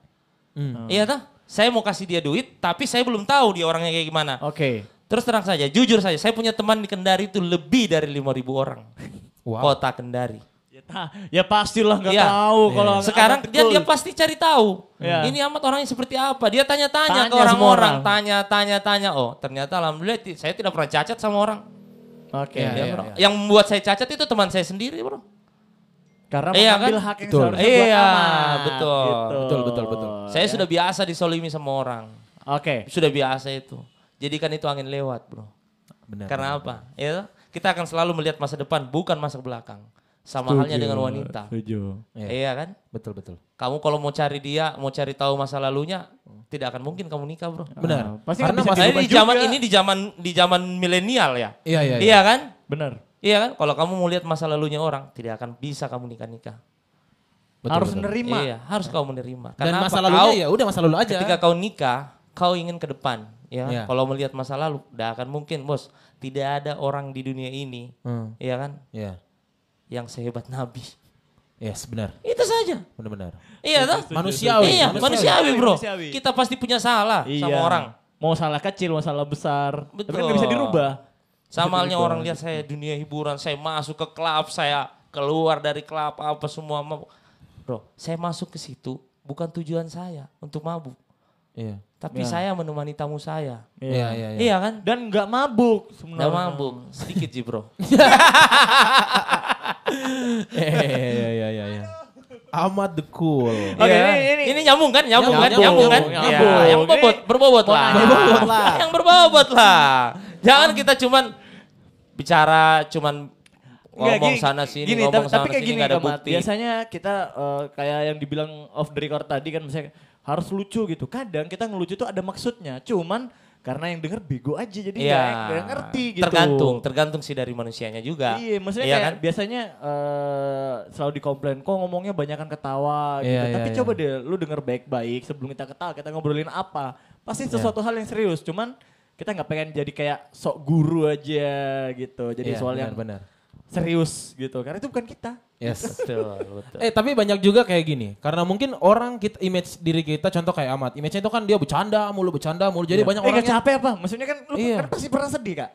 [SPEAKER 3] Hmm.
[SPEAKER 5] Iya toh? Saya mau kasih dia duit, tapi saya belum tahu dia orangnya kayak gimana.
[SPEAKER 4] Oke.
[SPEAKER 5] Terus terang saja, jujur saja, saya punya teman di Kendari itu lebih dari 5.000 orang.
[SPEAKER 3] Wow.
[SPEAKER 5] Kota Kendari.
[SPEAKER 4] Ya, ta- ya pastilah nggak
[SPEAKER 5] Iya.
[SPEAKER 4] tahu kalau
[SPEAKER 5] Sekarang
[SPEAKER 4] anak
[SPEAKER 5] dia
[SPEAKER 4] kecil.
[SPEAKER 5] dia pasti cari tahu.
[SPEAKER 4] Iya.
[SPEAKER 5] Ini amat orangnya seperti apa? Dia tanya-tanya ke
[SPEAKER 4] Tanya semua
[SPEAKER 5] orang-orang,
[SPEAKER 4] orang.
[SPEAKER 5] tanya tanya tanya. Oh, ternyata alhamdulillah ti- saya tidak pernah cacat sama orang.
[SPEAKER 4] Oke.
[SPEAKER 3] Iya,
[SPEAKER 5] Ya,
[SPEAKER 3] iya,
[SPEAKER 5] bro.
[SPEAKER 3] iya.
[SPEAKER 5] Yang membuat saya cacat itu teman saya sendiri, Bro.
[SPEAKER 4] Karena
[SPEAKER 5] Iya,
[SPEAKER 4] mengambil
[SPEAKER 5] kan?
[SPEAKER 4] hak yang
[SPEAKER 3] Betul.
[SPEAKER 4] seharusnya buat
[SPEAKER 5] Iya,
[SPEAKER 4] anak.
[SPEAKER 5] betul.
[SPEAKER 4] Gitu.
[SPEAKER 5] Oh.
[SPEAKER 4] Iya.
[SPEAKER 3] Betul, betul, betul.
[SPEAKER 5] Saya sudah biasa disolimi sama orang.
[SPEAKER 4] Oke.
[SPEAKER 5] Sudah biasa itu. Jadikan itu angin lewat, Bro.
[SPEAKER 3] Benar.
[SPEAKER 5] Karena apa? Ya, kita akan selalu melihat masa depan, bukan masa belakang. Sama halnya dengan wanita.
[SPEAKER 4] Setuju.
[SPEAKER 3] Iya.
[SPEAKER 5] Iya kan?
[SPEAKER 3] Betul betul.
[SPEAKER 5] Kamu kalau mau cari dia, mau cari tahu masa lalunya, tidak akan mungkin kamu nikah, Bro.
[SPEAKER 3] Benar.
[SPEAKER 4] Ah, pasti
[SPEAKER 3] karena
[SPEAKER 4] nggak bisa
[SPEAKER 5] Makanya
[SPEAKER 4] dirubah
[SPEAKER 5] di zaman
[SPEAKER 4] juga.
[SPEAKER 5] ini di zaman di zaman milenial ya.
[SPEAKER 3] Iya iya.
[SPEAKER 5] Iya kan?
[SPEAKER 4] Benar.
[SPEAKER 5] Iya kan? Kalau kamu mau lihat masa lalunya orang, tidak akan bisa kamu nikah-nikah.
[SPEAKER 3] Betul,
[SPEAKER 4] Harus
[SPEAKER 3] betul.
[SPEAKER 4] menerima.
[SPEAKER 5] Iya, harus kau menerima.
[SPEAKER 3] Dan
[SPEAKER 5] Karena
[SPEAKER 3] masa
[SPEAKER 5] apa?
[SPEAKER 3] lalunya
[SPEAKER 5] Kau-
[SPEAKER 3] ya udah masa lalu aja.
[SPEAKER 5] ketika kau nikah, kau ingin ke depan. Ya,
[SPEAKER 3] Iya.
[SPEAKER 5] kalau melihat masa lalu, tidak akan mungkin, bos. Tidak ada orang di dunia ini,
[SPEAKER 3] Hmm.
[SPEAKER 5] ya kan,
[SPEAKER 3] Iya.
[SPEAKER 5] yang sehebat Nabi.
[SPEAKER 3] Yes, benar.
[SPEAKER 5] Itu saja.
[SPEAKER 3] Benar-benar.
[SPEAKER 5] Iya toh?
[SPEAKER 3] Manusiawi,
[SPEAKER 5] Iya,
[SPEAKER 3] manusiawi.
[SPEAKER 5] manusiawi, bro.
[SPEAKER 4] Manusiawi.
[SPEAKER 5] Kita pasti punya salah
[SPEAKER 3] Iya.
[SPEAKER 4] Iya.
[SPEAKER 5] sama orang.
[SPEAKER 4] Mau salah kecil, mau salah besar. Tapi kan
[SPEAKER 5] Betul.
[SPEAKER 4] nggak bisa dirubah.
[SPEAKER 5] Sama halnya orang lihat saya dunia hiburan, saya masuk ke klub, saya keluar dari klub apa semua mabuk. Bro, saya masuk ke situ bukan tujuan saya untuk mabuk,
[SPEAKER 3] Iya.
[SPEAKER 5] tapi saya menemani tamu saya.
[SPEAKER 3] Iya iya iya.
[SPEAKER 5] Iya kan?
[SPEAKER 4] Dan nggak mabuk sebenarnya.
[SPEAKER 5] Gak mabuk, sedikit sih bro.
[SPEAKER 3] Eh, Iya iya iya iya. Amat the cool.
[SPEAKER 4] Oke,
[SPEAKER 5] Iya.
[SPEAKER 4] ini- ini-
[SPEAKER 5] ini nyambung kan? Nyambung,
[SPEAKER 3] Nyambung,
[SPEAKER 5] kan? Nyambung, kan?
[SPEAKER 4] nyambung,
[SPEAKER 5] Iya,
[SPEAKER 4] nyambung.
[SPEAKER 5] yang bobot, berbobot lah.
[SPEAKER 3] Berbobot lah.
[SPEAKER 5] yang berbobot lah. Jangan kita cuman bicara cuman
[SPEAKER 4] Nggak,
[SPEAKER 5] ngomong
[SPEAKER 4] gini-
[SPEAKER 5] sana sini,
[SPEAKER 4] gini,
[SPEAKER 5] ngomong
[SPEAKER 4] tapi,
[SPEAKER 5] sana
[SPEAKER 4] tapi kayak
[SPEAKER 5] sini
[SPEAKER 4] gini
[SPEAKER 5] nggak ada
[SPEAKER 4] Kamat.
[SPEAKER 5] bukti.
[SPEAKER 4] Biasanya kita eh, kayak yang dibilang off the record tadi kan misalnya harus lucu gitu. Kadang kita ngelucu tuh ada maksudnya. Cuman karena yang denger bego aja jadi nggak
[SPEAKER 5] Iya.
[SPEAKER 4] nggak ngerti gitu.
[SPEAKER 5] Tergantung, tergantung sih dari manusianya juga.
[SPEAKER 4] Iya, maksudnya
[SPEAKER 5] Iya
[SPEAKER 4] kayak
[SPEAKER 5] kan?
[SPEAKER 4] biasanya eh, selalu dikomplain, kok ngomongnya banyakan ketawa gitu.
[SPEAKER 3] Iya, iya,
[SPEAKER 4] Tapi
[SPEAKER 3] iya.
[SPEAKER 4] coba deh lu denger baik-baik sebelum kita ketawa, kita ngobrolin apa. Pasti
[SPEAKER 3] Iya.
[SPEAKER 4] sesuatu hal yang serius, cuman kita nggak pengen jadi kayak sok guru aja gitu. Jadi
[SPEAKER 3] Iya,
[SPEAKER 4] soal yang
[SPEAKER 3] benar. benar.
[SPEAKER 4] serius gitu. Karena itu bukan kita.
[SPEAKER 3] Yes.
[SPEAKER 5] Betul, betul.
[SPEAKER 3] Eh tapi banyak juga kayak gini, karena mungkin orang kita image diri kita contoh kayak Amat, image-nya itu kan dia bercanda mulu, bercanda mulu,
[SPEAKER 5] Iya.
[SPEAKER 3] jadi banyak
[SPEAKER 4] eh,
[SPEAKER 3] orang
[SPEAKER 4] nggak capek apa? Maksudnya kan lu
[SPEAKER 3] Iya.
[SPEAKER 4] kan pasti pernah sedih, Kak.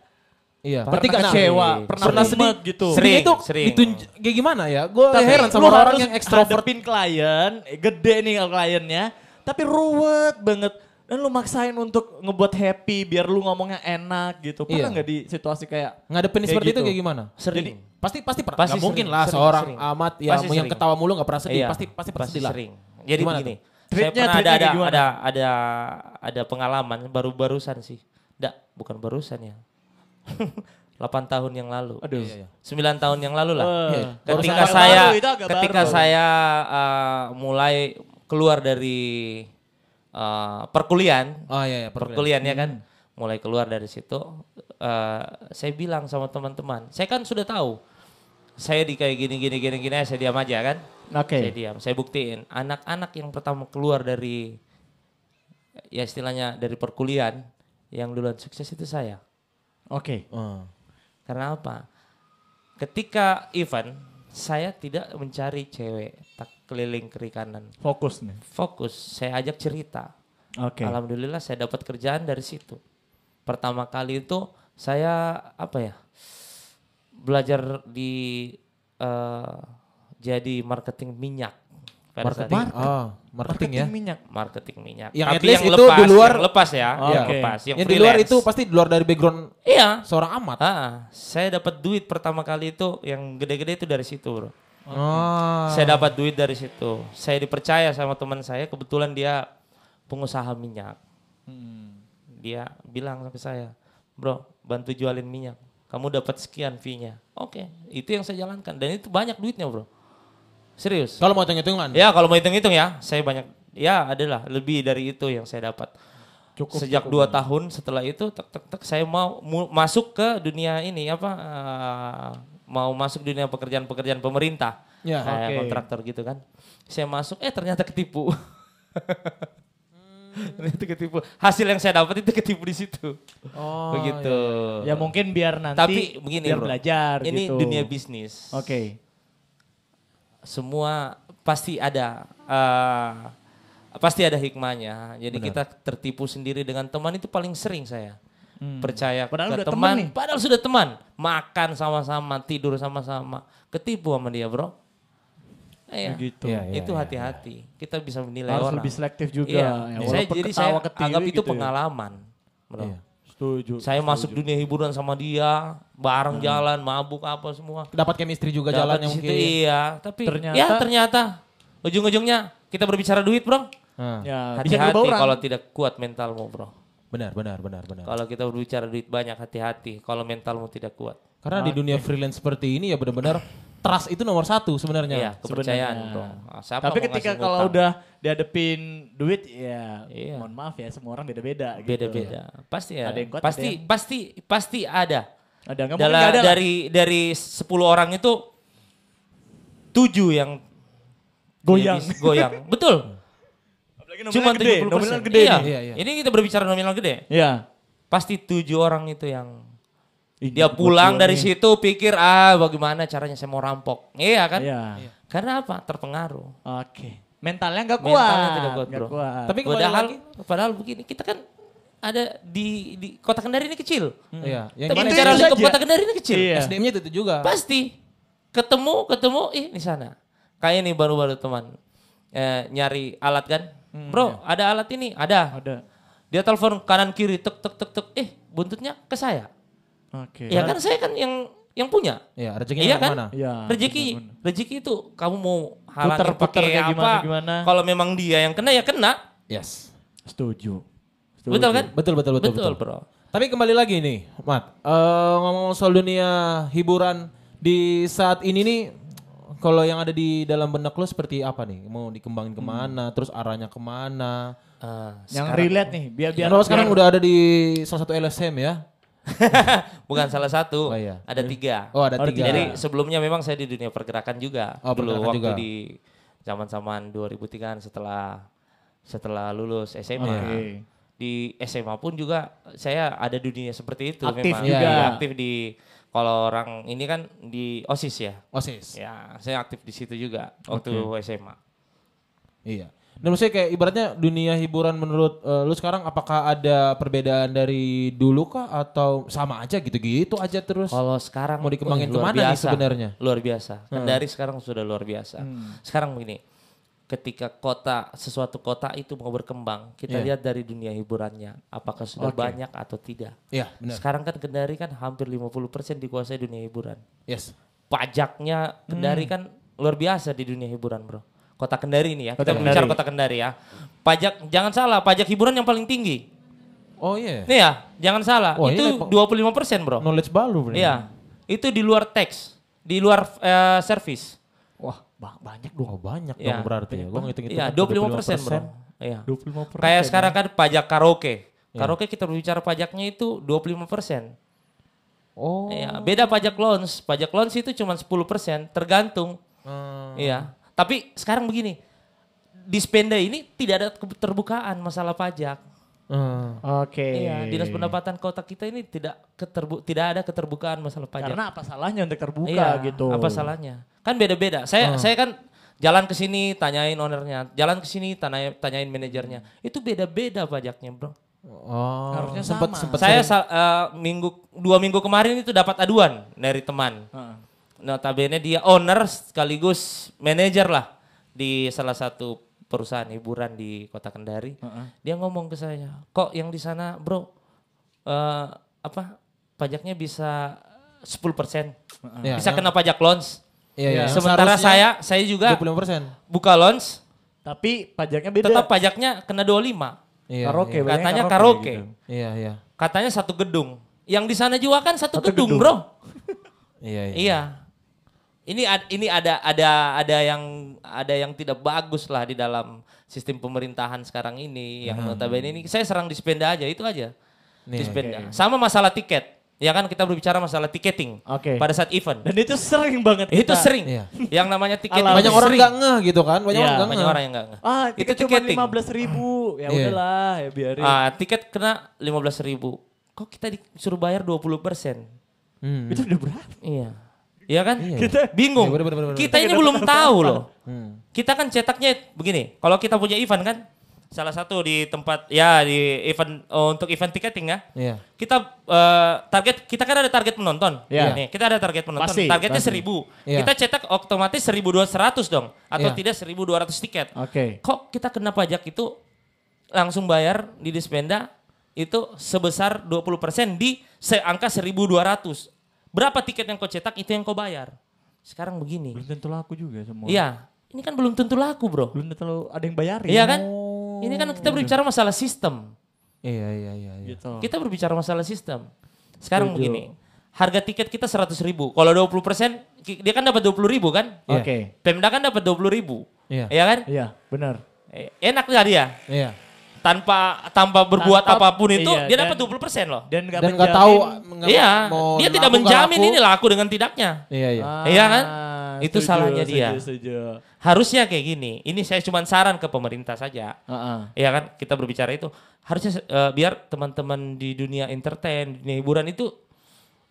[SPEAKER 3] iya,
[SPEAKER 5] Pernah
[SPEAKER 3] ketika
[SPEAKER 4] kecewa,
[SPEAKER 3] Nah,
[SPEAKER 4] pernah
[SPEAKER 3] sedih
[SPEAKER 4] umet gitu.
[SPEAKER 3] Sedih
[SPEAKER 5] Sering,
[SPEAKER 3] itu
[SPEAKER 5] sering.
[SPEAKER 3] ditunj- kayak gimana ya? Gue
[SPEAKER 4] Tapi
[SPEAKER 3] heran sama
[SPEAKER 4] lu
[SPEAKER 3] orang
[SPEAKER 4] harus
[SPEAKER 3] yang ekstrovert.
[SPEAKER 4] hadepin klien, eh, gede nih kalau kliennya, tapi ruwet banget. dan lu maksain untuk ngebuat happy biar lu ngomongnya enak gitu.
[SPEAKER 3] Iya.
[SPEAKER 4] Pernah nggak di situasi kayak
[SPEAKER 3] Ngadepin
[SPEAKER 4] Kayak
[SPEAKER 3] seperti itu
[SPEAKER 4] gitu.
[SPEAKER 3] kayak gimana?
[SPEAKER 5] Sering.
[SPEAKER 4] Jadi,
[SPEAKER 3] Pasti pasti pernah.
[SPEAKER 5] Pasti
[SPEAKER 3] Nggak mungkin
[SPEAKER 5] sering,
[SPEAKER 3] lah
[SPEAKER 5] sering,
[SPEAKER 3] seorang
[SPEAKER 5] sering.
[SPEAKER 3] amat yang
[SPEAKER 5] Pasti
[SPEAKER 3] yang
[SPEAKER 5] sering.
[SPEAKER 3] ketawa mulu nggak pernah sedih.
[SPEAKER 5] Iya.
[SPEAKER 3] Pasti pasti pernah
[SPEAKER 5] pasti
[SPEAKER 3] sedih lah.
[SPEAKER 5] sering. Jadi
[SPEAKER 3] Gimana
[SPEAKER 5] begini, saya
[SPEAKER 4] Treatnya-
[SPEAKER 5] pernah ada
[SPEAKER 4] treatnya
[SPEAKER 5] ada,
[SPEAKER 4] kayak
[SPEAKER 5] ada ada ada pengalaman baru-barusan sih. Enggak, bukan barusan ya. 8 tahun yang lalu. Iya,
[SPEAKER 4] aduh.
[SPEAKER 5] Sembilan tahun yang lalu lah. Iya.
[SPEAKER 4] Eh,
[SPEAKER 3] baru
[SPEAKER 5] ketika
[SPEAKER 4] baru-
[SPEAKER 5] saya
[SPEAKER 4] baru, itu agak
[SPEAKER 5] ketika
[SPEAKER 4] baru.
[SPEAKER 5] saya uh, mulai keluar dari uh, perkuliahan,
[SPEAKER 3] Oh iya, iya perkuliahan.
[SPEAKER 5] perkuliahan ya kan, mulai keluar dari situ, uh, saya bilang sama teman-teman, saya kan sudah tahu, saya di kayak gini gini gini gini, saya diam aja kan,
[SPEAKER 4] Oke.
[SPEAKER 5] saya diam, saya buktiin, anak-anak yang pertama keluar dari ya istilahnya dari perkuliahan yang duluan sukses itu saya.
[SPEAKER 4] Oke.
[SPEAKER 3] Hmm.
[SPEAKER 5] Karena apa? Ketika event, saya tidak mencari cewek tak keliling kiri kanan.
[SPEAKER 4] Fokus nih.
[SPEAKER 5] Fokus, saya ajak cerita.
[SPEAKER 4] Oke.
[SPEAKER 5] Alhamdulillah saya dapat kerjaan dari situ. Pertama kali itu saya apa ya? Belajar di eh, jadi marketing minyak. pada saat
[SPEAKER 3] Marketing.
[SPEAKER 5] itu.
[SPEAKER 3] Oh, marketing ya.
[SPEAKER 4] minyak.
[SPEAKER 5] marketing minyak.
[SPEAKER 3] Yang at least itu di luar-
[SPEAKER 5] yang lepas ya,
[SPEAKER 4] Oh,
[SPEAKER 5] yang
[SPEAKER 4] oke.
[SPEAKER 5] lepas, yang,
[SPEAKER 3] Ah. Yang di luar
[SPEAKER 5] freelance.
[SPEAKER 3] itu pasti di luar dari background
[SPEAKER 5] Iya.
[SPEAKER 3] seorang amat.
[SPEAKER 5] Ah, saya dapat duit pertama kali itu yang gede-gede itu dari situ, Bro.
[SPEAKER 3] Oh.
[SPEAKER 5] Saya dapat duit dari situ. Saya dipercaya sama teman saya, kebetulan dia pengusaha minyak.
[SPEAKER 3] Hmm.
[SPEAKER 5] Dia bilang ke saya, "Bro, bantu jualin minyak. Kamu dapat sekian fee-nya." Oke, itu yang saya jalankan dan itu banyak duitnya, Bro. Serius.
[SPEAKER 3] Kalau mau hitung-hitungan.
[SPEAKER 5] Ya, kalau mau hitung-hitung ya, saya banyak ya adalah lebih dari itu yang saya dapat.
[SPEAKER 4] Cukup,
[SPEAKER 5] Sejak dua tahun setelah itu tek tek tek saya mau mu- masuk ke dunia ini apa eh, mau masuk dunia pekerjaan-pekerjaan pemerintah.
[SPEAKER 3] Ya.
[SPEAKER 5] Kayak
[SPEAKER 4] Oke.
[SPEAKER 5] kontraktor gitu kan. Saya masuk eh ternyata ketipu.
[SPEAKER 4] Hmm.
[SPEAKER 5] ternyata ketipu. Hasil yang saya dapat itu ketipu di situ.
[SPEAKER 3] Oh.
[SPEAKER 5] Begitu.
[SPEAKER 4] Ya mungkin biar nanti
[SPEAKER 5] Tapi begini,
[SPEAKER 4] biar
[SPEAKER 5] Bro.
[SPEAKER 4] belajar
[SPEAKER 5] Ini
[SPEAKER 4] gitu.
[SPEAKER 5] dunia bisnis.
[SPEAKER 4] Oke.
[SPEAKER 5] semua pasti ada eh, pasti ada hikmahnya. Jadi kita tertipu sendiri dengan teman itu paling sering saya. Percaya
[SPEAKER 4] Hmm. Padahal
[SPEAKER 5] ke
[SPEAKER 4] udah
[SPEAKER 5] teman,
[SPEAKER 4] teman nih.
[SPEAKER 5] padahal sudah teman, makan sama-sama, tidur sama-sama, ketipu sama dia, Bro. Eh, Iya.
[SPEAKER 4] Begitu.
[SPEAKER 3] Iya, iya,
[SPEAKER 5] itu
[SPEAKER 3] iya.
[SPEAKER 5] hati-hati. Kita bisa menilai
[SPEAKER 4] Harus
[SPEAKER 5] orang.
[SPEAKER 4] lebih selektif juga.
[SPEAKER 5] Iya.
[SPEAKER 4] Ya,
[SPEAKER 5] saya
[SPEAKER 4] walaupun
[SPEAKER 5] jadi saya
[SPEAKER 4] ketawa-ketiri
[SPEAKER 5] anggap itu
[SPEAKER 4] gitu ya.
[SPEAKER 5] pengalaman, Bro.
[SPEAKER 3] Iya.
[SPEAKER 4] Setuju. Hmm.
[SPEAKER 5] Saya masuk dunia hiburan sama dia, bareng jalan, mabuk apa semua
[SPEAKER 3] Dapat chemistry juga
[SPEAKER 5] jalan
[SPEAKER 3] jalannya mungkin.
[SPEAKER 5] Iya, tapi
[SPEAKER 4] ya Ternyata-
[SPEAKER 5] ya ternyata ujung-ujungnya kita berbicara duit, Bro.
[SPEAKER 3] Nah,
[SPEAKER 4] Ya, bisa
[SPEAKER 5] Hati-hati
[SPEAKER 4] berubah orang. Ya.
[SPEAKER 5] kalau tidak kuat mentalmu, Bro.
[SPEAKER 3] benar, benar, benar, benar.
[SPEAKER 5] Kalau kita berbicara duit banyak hati-hati kalau mentalmu tidak kuat.
[SPEAKER 3] Karena di dunia freelance seperti ini ya benar-benar trust itu nomor satu sebenarnya.
[SPEAKER 5] Iya,
[SPEAKER 4] Ya,
[SPEAKER 5] kepercayaan,
[SPEAKER 4] Sebenarnya.
[SPEAKER 5] Bro. Ah, Siapa
[SPEAKER 4] Tapi
[SPEAKER 5] mau
[SPEAKER 4] ketika
[SPEAKER 5] ngasih
[SPEAKER 4] kalau
[SPEAKER 5] ngutang?
[SPEAKER 4] udah dihadepin duit ya
[SPEAKER 5] Iya.
[SPEAKER 4] mohon maaf ya semua orang beda-beda gitu.
[SPEAKER 5] beda-beda, pasti ya.
[SPEAKER 4] Ada yang kuat,
[SPEAKER 5] pasti
[SPEAKER 4] ada yang-
[SPEAKER 5] pasti pasti ada.
[SPEAKER 4] Ada nggak mungkin
[SPEAKER 5] Dalam-
[SPEAKER 4] nggak ada lah.
[SPEAKER 5] dari dari 10 orang itu tujuh yang
[SPEAKER 4] goyang.
[SPEAKER 5] habis- goyang. Betul.
[SPEAKER 4] Apalagi
[SPEAKER 5] Cuma
[SPEAKER 4] nominal gede,
[SPEAKER 5] 70%.
[SPEAKER 4] nominal gede.
[SPEAKER 5] Iya.
[SPEAKER 4] nih.
[SPEAKER 3] Iya, iya.
[SPEAKER 5] Ini kita berbicara nominal gede.
[SPEAKER 4] Iya.
[SPEAKER 5] pasti tujuh orang itu yang
[SPEAKER 4] Ih,
[SPEAKER 5] dia
[SPEAKER 4] buat
[SPEAKER 5] pulang
[SPEAKER 4] gua
[SPEAKER 5] dari
[SPEAKER 4] nih.
[SPEAKER 5] situ pikir ah bagaimana caranya saya mau rampok iya kan
[SPEAKER 4] Iya.
[SPEAKER 5] karena apa terpengaruh
[SPEAKER 4] Oke. Mentalnya nggak kuat.
[SPEAKER 5] Mentalnya tidak kuat,
[SPEAKER 4] Nggak
[SPEAKER 5] Bro.
[SPEAKER 4] kuat.
[SPEAKER 3] Tapi kembali
[SPEAKER 5] padahal
[SPEAKER 3] lagi.
[SPEAKER 5] padahal begini kita kan ada di di kota kendari ini kecil
[SPEAKER 3] Iya, yang
[SPEAKER 5] tapi
[SPEAKER 3] mana
[SPEAKER 5] cara
[SPEAKER 4] itu
[SPEAKER 5] lingkup
[SPEAKER 4] Hmm. saja.
[SPEAKER 5] kota kendari ini kecil
[SPEAKER 4] Iya.
[SPEAKER 3] SDM-nya itu juga.
[SPEAKER 5] pasti ketemu ketemu ih di sana kayak nih baru-baru teman eh, nyari alat kan bro ada alat ini ada
[SPEAKER 4] Hmm, iya. Ada.
[SPEAKER 5] dia telepon kanan kiri tek tek tek tek eh buntutnya ke saya
[SPEAKER 4] Oke.
[SPEAKER 5] ya kan saya kan yang yang punya
[SPEAKER 3] Iya, rezekinya
[SPEAKER 5] Iya
[SPEAKER 3] yang
[SPEAKER 5] kan?
[SPEAKER 3] mana?
[SPEAKER 4] Iya,
[SPEAKER 5] rezeki, rezeki itu kamu mau halangi
[SPEAKER 4] Puter-puter
[SPEAKER 5] pakai
[SPEAKER 4] kayak
[SPEAKER 5] apa?
[SPEAKER 4] gimana-gimana.
[SPEAKER 5] Kalau memang dia yang kena ya kena.
[SPEAKER 3] Yes.
[SPEAKER 4] Setuju. Setuju.
[SPEAKER 5] Betul kan?
[SPEAKER 3] Betul, betul, betul, betul.
[SPEAKER 5] Bro.
[SPEAKER 3] Tapi kembali lagi nih, Mat. Eh, ngomong-ngomong soal dunia hiburan di saat ini nih, kalau yang ada di dalam benak lo seperti apa nih? Mau dikembangin kemana? Terus arahnya kemana?
[SPEAKER 5] Ah,
[SPEAKER 4] Yang relate nih biar biar
[SPEAKER 3] Biar lo sekarang udah ada di salah satu LSM ya?
[SPEAKER 5] Bukan salah satu,
[SPEAKER 3] Oh, iya.
[SPEAKER 5] ada tiga.
[SPEAKER 3] Oh ada tiga.
[SPEAKER 5] Jadi sebelumnya memang saya di dunia pergerakan juga.
[SPEAKER 3] Oh,
[SPEAKER 5] Dulu
[SPEAKER 3] pergerakan
[SPEAKER 5] waktu
[SPEAKER 3] juga.
[SPEAKER 5] di zaman-zaman 2003-an setelah setelah lulus SMA.
[SPEAKER 4] Oke.
[SPEAKER 5] Di SMA pun juga saya ada di dunia seperti itu
[SPEAKER 4] Aktif
[SPEAKER 5] memang.
[SPEAKER 4] juga.
[SPEAKER 5] Iya, Aktif di kalau orang ini kan di OSIS ya.
[SPEAKER 3] Osis.
[SPEAKER 5] Ya, saya aktif di situ juga waktu SMA.
[SPEAKER 3] Iya. Dan maksudnya kayak ibaratnya dunia hiburan menurut eh, lu sekarang apakah ada perbedaan dari dulu kah atau sama aja gitu-gitu aja terus?
[SPEAKER 5] Kalau sekarang
[SPEAKER 3] Mau dikembangin
[SPEAKER 5] wih,
[SPEAKER 3] kemana
[SPEAKER 5] luar
[SPEAKER 3] nih Hmm.
[SPEAKER 5] biasa.
[SPEAKER 3] sebenarnya? Hmm.
[SPEAKER 5] Luar biasa. Kendari sekarang sudah luar biasa. Sekarang begini, ketika kota sesuatu kota itu mau berkembang kita
[SPEAKER 3] Iya.
[SPEAKER 5] lihat dari dunia hiburannya apakah sudah
[SPEAKER 4] Oke.
[SPEAKER 5] banyak atau tidak
[SPEAKER 3] Iya, benar.
[SPEAKER 5] sekarang kan Kendari kan hampir 50% dikuasai dunia hiburan
[SPEAKER 3] Yes.
[SPEAKER 5] pajaknya
[SPEAKER 3] Hmm.
[SPEAKER 5] Kendari kan luar biasa di dunia hiburan bro kota Kendari ini ya
[SPEAKER 4] Kota
[SPEAKER 5] kita bicara
[SPEAKER 4] Kendari.
[SPEAKER 5] kota Kendari ya pajak jangan salah pajak hiburan yang paling tinggi
[SPEAKER 3] Oh iya.
[SPEAKER 5] nih ya jangan salah
[SPEAKER 4] Oh,
[SPEAKER 3] Wah, ini
[SPEAKER 4] iya,
[SPEAKER 5] itu
[SPEAKER 3] level-
[SPEAKER 5] 25% bro
[SPEAKER 3] Knowledge baru bener.
[SPEAKER 5] Iya, itu di luar teks, di luar eh, service.
[SPEAKER 4] Wah, ba- banyak dong.
[SPEAKER 3] Oh, banyak
[SPEAKER 5] Iya.
[SPEAKER 3] dong berarti ya. Gua ngitung-ngitung.
[SPEAKER 5] Iya, 25 persen bro. Iya.
[SPEAKER 4] 25
[SPEAKER 5] Kayak sekarang kan pajak karaoke.
[SPEAKER 4] Iya.
[SPEAKER 5] Karaoke kita berbicara pajaknya itu 25 persen.
[SPEAKER 4] Oh.
[SPEAKER 5] Iya, beda pajak lounge. Pajak lounge itu cuma 10 persen, tergantung.
[SPEAKER 4] Hmm.
[SPEAKER 5] Iya. Tapi sekarang begini, di Spenda ini tidak ada keterbukaan masalah pajak.
[SPEAKER 3] Eh.
[SPEAKER 4] Oke.
[SPEAKER 5] Iya, dinas pendapatan kota kita ini tidak keterbu tidak ada keterbukaan masalah pajak.
[SPEAKER 4] Karena apa salahnya untuk terbuka
[SPEAKER 5] Iya,
[SPEAKER 4] gitu.
[SPEAKER 5] Apa salahnya? Kan beda-beda. Saya saya kan jalan ke sini tanyain ownernya, jalan ke sini tanyain, tanyain manajernya. Itu beda-beda pajaknya, Bro.
[SPEAKER 3] Oh.
[SPEAKER 4] Harusnya
[SPEAKER 3] sempet,
[SPEAKER 4] sama.
[SPEAKER 3] Sempet
[SPEAKER 5] Saya sa- eh, minggu dua minggu kemarin itu dapat aduan dari teman.
[SPEAKER 4] Heeh.
[SPEAKER 5] Notabene dia owner sekaligus manajer lah di salah satu perusahaan hiburan di Kota Kendari. Dia ngomong ke saya, "Kok yang di sana, Bro, eh, apa pajaknya bisa 10%?
[SPEAKER 3] Iya,
[SPEAKER 5] bisa
[SPEAKER 3] yang-
[SPEAKER 5] kena pajak lounge."
[SPEAKER 3] Iya, iya.
[SPEAKER 5] Sementara
[SPEAKER 3] Seharusnya
[SPEAKER 5] saya saya juga
[SPEAKER 3] 25 persen.
[SPEAKER 5] buka lounge,
[SPEAKER 4] Tapi pajaknya beda.
[SPEAKER 5] tetap pajaknya kena 25.
[SPEAKER 3] Iya.
[SPEAKER 4] karaoke,
[SPEAKER 3] iya.
[SPEAKER 4] banyak
[SPEAKER 5] Katanya
[SPEAKER 4] karaoke.
[SPEAKER 5] karaoke.
[SPEAKER 4] gitu.
[SPEAKER 3] Iya, iya.
[SPEAKER 5] Katanya satu gedung. Yang di sana juga kan satu,
[SPEAKER 4] Satu
[SPEAKER 5] gedung,
[SPEAKER 4] gedung.
[SPEAKER 5] Bro.
[SPEAKER 3] Iya, iya.
[SPEAKER 5] Iya. Ini ad- ini ada ada ada yang ada yang tidak bagus lah di dalam sistem pemerintahan sekarang ini yang notabene ini saya serang dispenda aja itu aja.
[SPEAKER 3] Nih,
[SPEAKER 5] Dispenda. Sama masalah tiket. Ya kan kita berbicara masalah tiketing
[SPEAKER 4] Oke.
[SPEAKER 5] pada saat event.
[SPEAKER 4] Dan itu sering banget.
[SPEAKER 5] Itu
[SPEAKER 4] kita-
[SPEAKER 5] sering.
[SPEAKER 3] Iya.
[SPEAKER 5] Yang namanya tiket
[SPEAKER 4] Alami.
[SPEAKER 3] Banyak orang
[SPEAKER 5] sering.
[SPEAKER 3] nggak ngeh gitu kan? Banyak
[SPEAKER 4] Iya,
[SPEAKER 3] orang nggak
[SPEAKER 5] banyak
[SPEAKER 3] ngeh.
[SPEAKER 5] orang yang nggak.
[SPEAKER 4] Ah,
[SPEAKER 5] Itu
[SPEAKER 4] itu cuma
[SPEAKER 5] tiketing.
[SPEAKER 4] lima belas ribu. Ya
[SPEAKER 3] Iya.
[SPEAKER 4] udahlah, ya biarin.
[SPEAKER 5] Ah, tiket kena 15.000 ribu. Kok kita disuruh bayar 20
[SPEAKER 3] Hmm.
[SPEAKER 4] Itu udah berat.
[SPEAKER 5] Iya. Iya kan?
[SPEAKER 4] Kita
[SPEAKER 5] Bingung.
[SPEAKER 3] Iya, bener, bener, bener,
[SPEAKER 5] Kita ini belum tahu loh.
[SPEAKER 3] Hmm.
[SPEAKER 5] Kita kan cetaknya begini. Kalau kita punya event kan, salah satu di tempat ya di event oh, untuk event ticketing ya.
[SPEAKER 3] Iya.
[SPEAKER 5] Kita eh, target kita kan ada target penonton.
[SPEAKER 4] Iya.
[SPEAKER 5] Nih, kita ada target penonton.
[SPEAKER 4] Pasti,
[SPEAKER 5] Targetnya
[SPEAKER 4] pasti.
[SPEAKER 5] 1000.
[SPEAKER 3] Iya.
[SPEAKER 5] Kita cetak otomatis 1200 dong atau
[SPEAKER 3] Iya.
[SPEAKER 5] tidak 1200 tiket.
[SPEAKER 4] Oke.
[SPEAKER 5] Kok kita kena pajak itu langsung bayar di Dispenda itu sebesar 20% di se- angka 1200. Berapa tiket yang kau cetak itu yang kau bayar. Sekarang begini.
[SPEAKER 4] Belum tentu laku juga semua.
[SPEAKER 5] Iya, ini kan belum tentu laku, Bro.
[SPEAKER 4] Belum tentu ada yang bayarin.
[SPEAKER 5] Iya kan? Ini kan kita berbicara masalah sistem.
[SPEAKER 3] Iya, iya, iya, iya.
[SPEAKER 4] Gitu.
[SPEAKER 5] Kita berbicara masalah sistem. Sekarang begini. Harga tiket kita 100.000 ribu. Kalau 20% ki- dia kan dapat 20 ribu kan?
[SPEAKER 4] Oke.
[SPEAKER 5] Pemda kan dapat 20 ribu.
[SPEAKER 3] Iya.
[SPEAKER 5] Iya kan?
[SPEAKER 4] Iya, benar.
[SPEAKER 5] Eh, Enak lah dia.
[SPEAKER 3] Iya.
[SPEAKER 5] tanpa tanpa berbuat
[SPEAKER 4] Tanpa-
[SPEAKER 5] apapun itu
[SPEAKER 4] iya,
[SPEAKER 5] dia
[SPEAKER 4] dan-
[SPEAKER 5] dapat 20 persen loh.
[SPEAKER 4] Dan nggak
[SPEAKER 3] Dan nggak
[SPEAKER 4] menjamin-
[SPEAKER 3] tahu nggak
[SPEAKER 5] Iya,
[SPEAKER 3] mau
[SPEAKER 5] dia
[SPEAKER 3] laku
[SPEAKER 5] tidak
[SPEAKER 3] nggak
[SPEAKER 5] menjamin
[SPEAKER 3] laku.
[SPEAKER 5] ini laku dengan tidaknya.
[SPEAKER 3] Iya, iya.
[SPEAKER 4] Ah,
[SPEAKER 5] Iya kan? Itu
[SPEAKER 4] setuju,
[SPEAKER 5] salahnya
[SPEAKER 4] setuju,
[SPEAKER 5] dia.
[SPEAKER 4] Setuju.
[SPEAKER 5] Harusnya kayak gini. Ini saya cuma saran ke pemerintah saja.
[SPEAKER 4] Heeh.
[SPEAKER 5] Iya kan? Kita berbicara itu harusnya eh, biar teman-teman di dunia entertain, dunia hiburan itu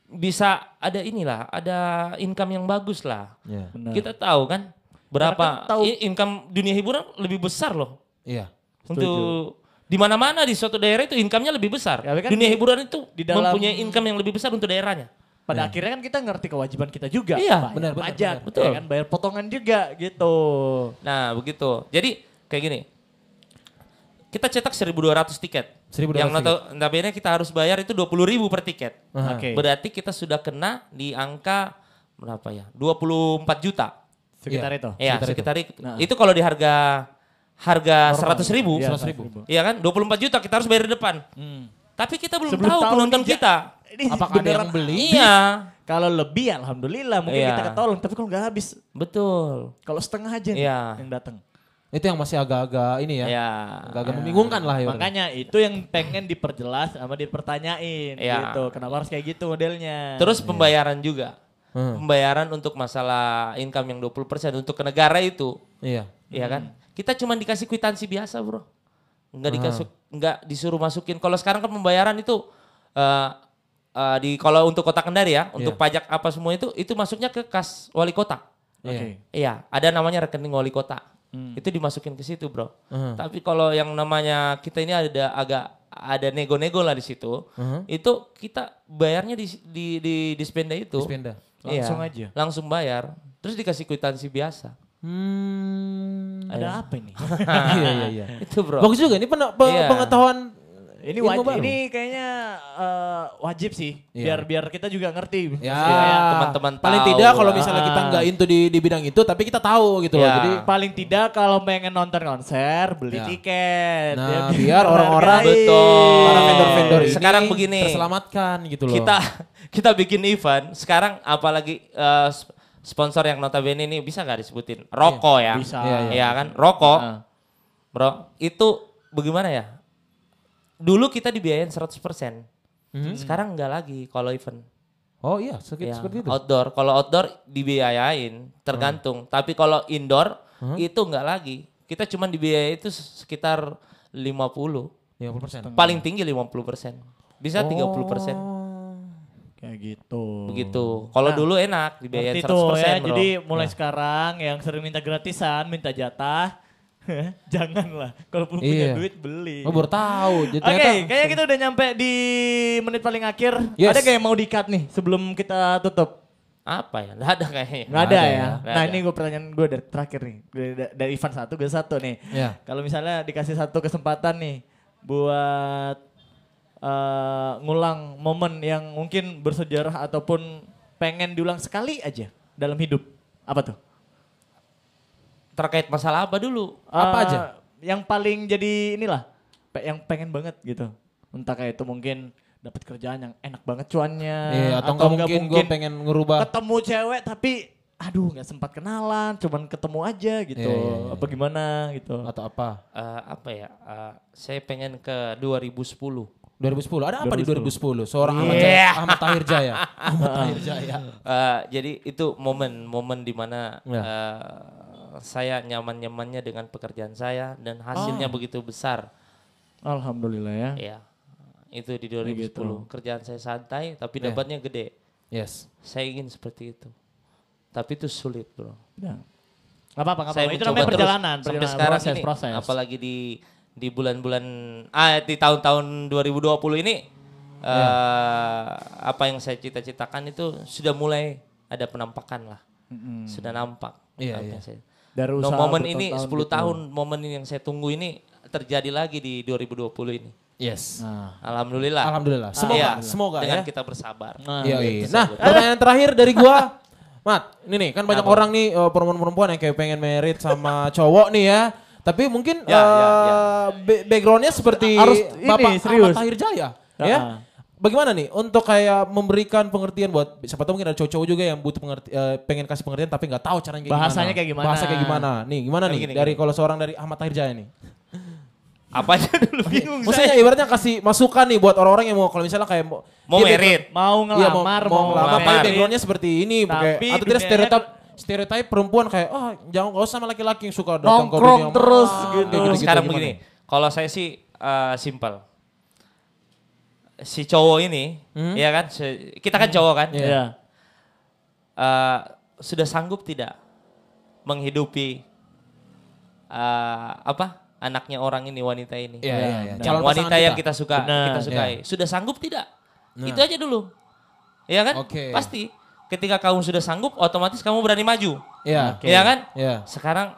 [SPEAKER 5] bisa ada inilah, ada income yang bagus lah.
[SPEAKER 3] Iya.
[SPEAKER 4] Benar.
[SPEAKER 5] Kita tahu kan berapa
[SPEAKER 4] Karena kan tahu-
[SPEAKER 5] i- income dunia hiburan lebih besar loh.
[SPEAKER 3] Iya.
[SPEAKER 5] Untuk di mana-mana di suatu daerah itu income-nya lebih besar.
[SPEAKER 4] Ya, tapi kan
[SPEAKER 5] Dunia
[SPEAKER 4] di-
[SPEAKER 5] hiburan itu
[SPEAKER 4] di dalam-
[SPEAKER 5] mempunyai income yang lebih besar untuk daerahnya.
[SPEAKER 4] Pada akhirnya kan kita ngerti kewajiban kita juga.
[SPEAKER 5] Iya,
[SPEAKER 4] Bayar
[SPEAKER 3] benar, benar,
[SPEAKER 4] Pajak,
[SPEAKER 5] benar.
[SPEAKER 4] ya kan? Bayar potongan juga gitu.
[SPEAKER 5] Nah, begitu. Jadi kayak gini. Kita cetak 1200 tiket.
[SPEAKER 3] 1.200
[SPEAKER 5] yang nota- notabene kita harus bayar itu 20.000 per tiket. Nah,
[SPEAKER 3] Aha.
[SPEAKER 4] Oke.
[SPEAKER 5] Berarti kita sudah kena di angka berapa ya? 24 juta.
[SPEAKER 4] Sekitar
[SPEAKER 3] Iya.
[SPEAKER 4] itu.
[SPEAKER 5] Ya,
[SPEAKER 3] Sekitar itu.
[SPEAKER 5] sekitar itu.
[SPEAKER 4] Nah.
[SPEAKER 5] Itu kalau di harga harga
[SPEAKER 4] Normal.
[SPEAKER 5] 100 ribu. Hmm.
[SPEAKER 4] Iya,
[SPEAKER 3] 100.000.
[SPEAKER 5] Iya kan? 24 juta kita harus bayar di depan. Tapi kita belum
[SPEAKER 4] Sebelum
[SPEAKER 5] tahu
[SPEAKER 4] tahu
[SPEAKER 5] penonton
[SPEAKER 4] nih, Ja-
[SPEAKER 5] kita.
[SPEAKER 4] Ini
[SPEAKER 3] Apakah ada yang
[SPEAKER 4] beneran-
[SPEAKER 3] beli?
[SPEAKER 5] Iya,
[SPEAKER 4] Kalau lebih ya alhamdulillah mungkin
[SPEAKER 5] Iya.
[SPEAKER 4] kita ketolong. Tapi kalau nggak habis,
[SPEAKER 5] betul.
[SPEAKER 4] kalau setengah aja nih
[SPEAKER 5] Iya.
[SPEAKER 4] yang datang.
[SPEAKER 3] Itu yang masih agak-agak ini ya.
[SPEAKER 5] Ya.
[SPEAKER 3] Agak-agak membingungkan lah ya.
[SPEAKER 4] Makanya itu yang pengen diperjelas sama dipertanyain
[SPEAKER 5] Iya.
[SPEAKER 4] gitu. Kenapa harus kayak gitu modelnya?
[SPEAKER 5] Terus pembayaran juga.
[SPEAKER 3] Iya. Hmm.
[SPEAKER 5] Pembayaran untuk masalah income yang 20% untuk ke negara itu,
[SPEAKER 3] Iya.
[SPEAKER 5] Iya kan? Kita cuma dikasih kwitansi biasa, Bro.
[SPEAKER 3] Hmm.
[SPEAKER 5] Enggak dikasih enggak disuruh masukin. Kalau sekarang kan pembayaran itu eh eh, di kalau untuk kota Kendari ya,
[SPEAKER 3] Iya.
[SPEAKER 5] untuk pajak apa semua itu itu masuknya ke kas wali kota.
[SPEAKER 4] Oke.
[SPEAKER 3] Iya.
[SPEAKER 5] Iya, ada namanya rekening wali kota. Itu dimasukin ke situ, Bro.
[SPEAKER 3] Hmm.
[SPEAKER 5] Tapi kalau yang namanya kita ini ada agak ada nego-nego lah di situ.
[SPEAKER 3] Hmm.
[SPEAKER 5] Itu kita bayarnya di di di dispenda itu.
[SPEAKER 3] Dispenda.
[SPEAKER 5] Iya,
[SPEAKER 4] Langsung aja?
[SPEAKER 5] Langsung bayar. Terus dikasih kwitansi biasa.
[SPEAKER 3] Hmm.
[SPEAKER 4] Ada apa ini?
[SPEAKER 3] Iya iya iya.
[SPEAKER 5] Itu bro.
[SPEAKER 3] Bagus juga ini pena- pe-
[SPEAKER 5] Iya.
[SPEAKER 3] pengetahuan
[SPEAKER 4] Ini
[SPEAKER 3] ilmu
[SPEAKER 4] wajib,
[SPEAKER 3] baru.
[SPEAKER 4] ini kayaknya eh, wajib sih.
[SPEAKER 3] Iya.
[SPEAKER 4] Biar biar kita juga ngerti.
[SPEAKER 3] Ya,
[SPEAKER 5] Ya, teman-teman
[SPEAKER 3] Paling
[SPEAKER 5] tahu
[SPEAKER 3] tidak kalau
[SPEAKER 5] lah.
[SPEAKER 3] misalnya kita nggak into di, di bidang itu, tapi kita tahu gitu loh.
[SPEAKER 5] Ya.
[SPEAKER 3] Jadi
[SPEAKER 4] Paling tidak kalau pengen nonton konser beli
[SPEAKER 3] Ya.
[SPEAKER 4] tiket.
[SPEAKER 3] Nah,
[SPEAKER 4] Ya,
[SPEAKER 3] biar orang-orang
[SPEAKER 4] dihargai.
[SPEAKER 5] betul.
[SPEAKER 3] para vendor-vendor ini
[SPEAKER 5] Eh, Sekarang begini.
[SPEAKER 3] terselamatkan gitu loh.
[SPEAKER 5] kita kita bikin event sekarang apalagi eh, sp- sponsor yang notabene ini bisa nggak disebutin rokok ya
[SPEAKER 4] bisa.
[SPEAKER 5] Iya, iya. Iya kan rokok
[SPEAKER 4] Heeh.
[SPEAKER 5] bro itu bagaimana ya dulu kita dibiayain 100% sekarang nggak lagi kalau event
[SPEAKER 3] Oh iya, seperti,
[SPEAKER 5] Ya,
[SPEAKER 3] seperti itu.
[SPEAKER 5] outdoor kalau outdoor dibiayain tergantung tapi kalau indoor itu nggak lagi kita cuma dibiayai itu sekitar 50
[SPEAKER 3] 50%.
[SPEAKER 5] paling tinggi 50% bisa 30%
[SPEAKER 3] Oh.
[SPEAKER 4] Kayak gitu.
[SPEAKER 5] begitu. Kalau dulu enak dibayar
[SPEAKER 4] Ngerti
[SPEAKER 5] 100%
[SPEAKER 4] tuh Nah, ya.
[SPEAKER 5] bro.
[SPEAKER 4] Jadi
[SPEAKER 3] Iya.
[SPEAKER 4] mulai sekarang yang sering minta gratisan, minta jatah, janganlah. Kalau belum
[SPEAKER 3] Iya.
[SPEAKER 4] punya duit beli.
[SPEAKER 3] Oh, baru tahu. Jadi
[SPEAKER 4] Oke,
[SPEAKER 3] ternyata-
[SPEAKER 4] kayaknya kita udah nyampe di menit paling akhir.
[SPEAKER 3] Yes.
[SPEAKER 4] Ada gak yang mau dikat nih sebelum kita tutup?
[SPEAKER 5] apa ya? Nggak ada kayaknya.
[SPEAKER 4] Nggak ada, ya.
[SPEAKER 5] Nggak
[SPEAKER 4] Nah
[SPEAKER 5] ada.
[SPEAKER 4] ini gue pertanyaan gue dari terakhir nih. Dari, dari Ivan satu ke satu nih.
[SPEAKER 3] Iya.
[SPEAKER 4] Kalau misalnya dikasih satu kesempatan nih. Buat eh, ngulang momen yang mungkin bersejarah ataupun pengen diulang sekali aja dalam hidup. Apa tuh?
[SPEAKER 5] Terkait masalah apa dulu?
[SPEAKER 3] Apa
[SPEAKER 4] Eh,
[SPEAKER 3] aja?
[SPEAKER 4] Yang paling jadi inilah. pe- Yang pengen banget gitu. Entah kayak itu mungkin dapat kerjaan yang enak banget cuannya.
[SPEAKER 3] Iya, atau nggak
[SPEAKER 4] nggak
[SPEAKER 3] mungkin gue pengen ngerubah.
[SPEAKER 4] ketemu cewek tapi aduh nggak sempat kenalan cuman ketemu aja gitu
[SPEAKER 3] Iya, iya, iya.
[SPEAKER 4] apa gimana gitu
[SPEAKER 3] Atau apa?
[SPEAKER 5] Eh, apa ya? Eh, saya pengen ke 2010.
[SPEAKER 3] 2010. Ada apa di 2010? Seorang Ahmad,
[SPEAKER 5] Iya.
[SPEAKER 3] Jaya, Ahmad Tahir Jaya. Ahmad Tahir Jaya.
[SPEAKER 5] Eh, jadi itu momen-momen dimana
[SPEAKER 3] Ya.
[SPEAKER 5] eh, saya nyaman-nyamannya dengan pekerjaan saya dan
[SPEAKER 4] Ah.
[SPEAKER 5] hasilnya begitu besar.
[SPEAKER 4] alhamdulillah ya
[SPEAKER 5] Ya, itu
[SPEAKER 4] gitu.
[SPEAKER 5] di 2010. Kerjaan saya santai tapi
[SPEAKER 4] Ya.
[SPEAKER 5] dapatnya gede.
[SPEAKER 3] Yes.
[SPEAKER 5] Saya ingin seperti itu. Tapi itu sulit bro.
[SPEAKER 4] Udah. nggak apa-apa nggak
[SPEAKER 5] saya
[SPEAKER 4] apa-apa. itu
[SPEAKER 5] mencoba
[SPEAKER 4] namanya
[SPEAKER 5] terus.
[SPEAKER 4] perjalanan
[SPEAKER 5] sampai
[SPEAKER 4] perjalanan,
[SPEAKER 5] sekarang
[SPEAKER 4] proses
[SPEAKER 5] ini
[SPEAKER 4] proses
[SPEAKER 5] apalagi di di bulan-bulan ah di tahun-tahun 2020 ini eh apa yang saya cita-citakan itu sudah mulai ada penampakan lah sudah nampak
[SPEAKER 3] Iya,
[SPEAKER 5] apa
[SPEAKER 3] iya.
[SPEAKER 5] yang saya-
[SPEAKER 4] Dari
[SPEAKER 5] No,
[SPEAKER 4] usaha
[SPEAKER 5] momen ini
[SPEAKER 4] bertahun-tahun gitu.
[SPEAKER 5] 10 tahun momen ini yang saya tunggu ini terjadi lagi di 2020 ini
[SPEAKER 3] Yes.
[SPEAKER 4] nah
[SPEAKER 5] alhamdulillah
[SPEAKER 3] Alhamdulillah. Semoga,
[SPEAKER 5] Iya,
[SPEAKER 3] semoga ya.
[SPEAKER 5] dengan kita bersabar
[SPEAKER 3] Iya, iya. Nah, pertanyaan terakhir dari gua. Mat, ini nih kan banyak orang nih eh, perempuan-perempuan yang kayak pengen merit sama cowok nih ya. Tapi mungkin
[SPEAKER 5] Ya, ya, ya.
[SPEAKER 3] eh, ba- backgroundnya seperti
[SPEAKER 4] Harus ini,
[SPEAKER 3] Bapak
[SPEAKER 4] serius.
[SPEAKER 3] Ahmad Tahir Jaya. Ya.
[SPEAKER 4] Ya.
[SPEAKER 3] Bagaimana nih untuk kayak memberikan pengertian buat siapa tahu mungkin ada cowok-cowok juga yang butuh pengerti, eh, pengen kasih pengertian tapi nggak tahu caranya kayak
[SPEAKER 4] Bahasanya
[SPEAKER 3] gimana.
[SPEAKER 4] kayak gimana.
[SPEAKER 3] Bahasa kayak gimana? Nih, gimana nih
[SPEAKER 5] gini,
[SPEAKER 3] dari kalau seorang dari Ahmad Tahir Jaya nih?
[SPEAKER 5] apanya dulu bingung
[SPEAKER 3] Maksudnya
[SPEAKER 5] saya
[SPEAKER 3] ibaratnya kasih masukan nih buat orang-orang yang mau kalau misalnya kayak mau
[SPEAKER 5] mau
[SPEAKER 3] dia
[SPEAKER 5] merit
[SPEAKER 4] mau
[SPEAKER 3] Iya, mau-
[SPEAKER 4] ngelamar
[SPEAKER 3] mau, ngelamar, tapi
[SPEAKER 5] ngelamar.
[SPEAKER 3] backgroundnya seperti ini pakai-
[SPEAKER 4] Tapi
[SPEAKER 3] atau tidak
[SPEAKER 4] dunianya-
[SPEAKER 3] stereotip stereotip perempuan kayak oh jangan gak usah sama laki-laki yang suka datang ke
[SPEAKER 4] Nongkrong
[SPEAKER 3] dunia malam."
[SPEAKER 4] terus
[SPEAKER 3] Kayak
[SPEAKER 4] gitu.
[SPEAKER 3] gitu-gitu
[SPEAKER 5] Oh, sekarang
[SPEAKER 3] gimana?
[SPEAKER 5] begini, kalau saya sih eh, simpel. Si cowok ini,
[SPEAKER 3] Hmm?
[SPEAKER 5] ya kan, si- kita kan cowok kan,
[SPEAKER 4] Iya.
[SPEAKER 5] eh, sudah sanggup tidak menghidupi eh, apa anaknya orang ini wanita ini,
[SPEAKER 3] Iya, iya, iya.
[SPEAKER 5] Yang
[SPEAKER 3] Calon
[SPEAKER 5] wanita
[SPEAKER 3] pasangan
[SPEAKER 5] yang
[SPEAKER 3] kita. iya. Nah.
[SPEAKER 5] kita suka,
[SPEAKER 4] Benar,
[SPEAKER 5] kita sukai, sudah sanggup tidak? Itu aja dulu, ya kan?
[SPEAKER 3] Oke.
[SPEAKER 5] Pasti. Ketika kamu sudah sanggup, otomatis kamu berani maju,
[SPEAKER 3] Iya.
[SPEAKER 5] ya kan?
[SPEAKER 3] Iya.
[SPEAKER 5] Sekarang,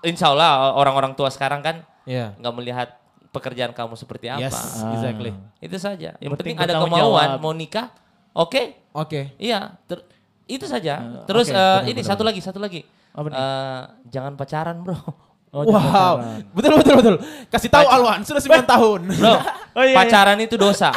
[SPEAKER 5] insya Allah orang-orang tua sekarang kan
[SPEAKER 3] Iya.
[SPEAKER 5] nggak melihat pekerjaan kamu seperti apa.
[SPEAKER 3] Yes, Hmm. exactly.
[SPEAKER 5] Itu saja. Yang
[SPEAKER 4] Penting
[SPEAKER 5] penting, ada
[SPEAKER 4] bertanggung
[SPEAKER 5] kemauan,
[SPEAKER 4] jawab.
[SPEAKER 5] mau nikah, oke,
[SPEAKER 3] Oke.
[SPEAKER 5] iya. Ter- itu saja. Terus
[SPEAKER 3] Hmm, oke,
[SPEAKER 5] eh,
[SPEAKER 3] benar,
[SPEAKER 5] ini
[SPEAKER 3] benar,
[SPEAKER 5] satu lagi, satu lagi.
[SPEAKER 4] Apa nih?
[SPEAKER 5] Eh, jangan pacaran bro.
[SPEAKER 4] Oh, jangan
[SPEAKER 3] Wow.
[SPEAKER 4] pacaran.
[SPEAKER 3] Betul betul betul. Kasih tahu Alwan sudah 9 tahun.
[SPEAKER 5] Bro,
[SPEAKER 4] Oh, iya, iya.
[SPEAKER 5] pacaran itu dosa.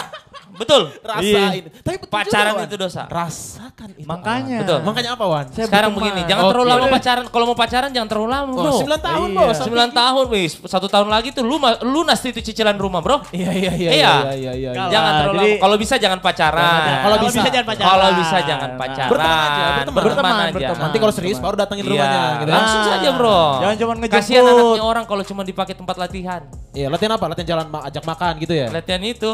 [SPEAKER 5] Betul. Iya.
[SPEAKER 3] Rasa ini. Tapi betul
[SPEAKER 5] Pacaran
[SPEAKER 3] juga, Wan.
[SPEAKER 5] itu dosa.
[SPEAKER 3] Rasakan itu.
[SPEAKER 4] makanya
[SPEAKER 5] Betul.
[SPEAKER 3] Wan. Makanya apa Wan?
[SPEAKER 4] Saya
[SPEAKER 5] Sekarang
[SPEAKER 4] butuh
[SPEAKER 5] begini,
[SPEAKER 4] teman.
[SPEAKER 5] jangan terlalu
[SPEAKER 3] Oke.
[SPEAKER 5] lama pacaran. Kalau mau pacaran jangan terlalu lama bro.
[SPEAKER 3] Oh, 9 tahun
[SPEAKER 4] Iya.
[SPEAKER 3] loh.
[SPEAKER 5] Sampai Sembilan tahun, wis. Satu tahun lagi tuh lu ma- lunas itu cicilan rumah bro.
[SPEAKER 3] Iya iya iya
[SPEAKER 5] Iya.
[SPEAKER 3] iya iya iya.
[SPEAKER 4] Kalau-
[SPEAKER 5] Jangan terlalu
[SPEAKER 4] jadi-
[SPEAKER 5] lama. Kalau bisa jangan pacaran.
[SPEAKER 3] Kalau bisa.
[SPEAKER 4] jangan pacaran
[SPEAKER 5] Kalau bisa jangan
[SPEAKER 4] Nah,
[SPEAKER 5] pacaran.
[SPEAKER 3] Berteman aja, berteman.
[SPEAKER 5] Berteman
[SPEAKER 4] Berteman,
[SPEAKER 5] aja.
[SPEAKER 4] berteman.
[SPEAKER 3] Nanti kalau serius
[SPEAKER 4] Teman.
[SPEAKER 3] baru datangin
[SPEAKER 5] Iya.
[SPEAKER 3] rumahnya gitu. kan.
[SPEAKER 5] Langsung saja bro.
[SPEAKER 4] Jangan cuma ngejemput.
[SPEAKER 5] Kasihan anaknya orang kalau cuma dipakai tempat latihan.
[SPEAKER 3] Iya, latihan apa? Latihan jalan ma- ajak makan gitu ya.
[SPEAKER 5] Latihan itu.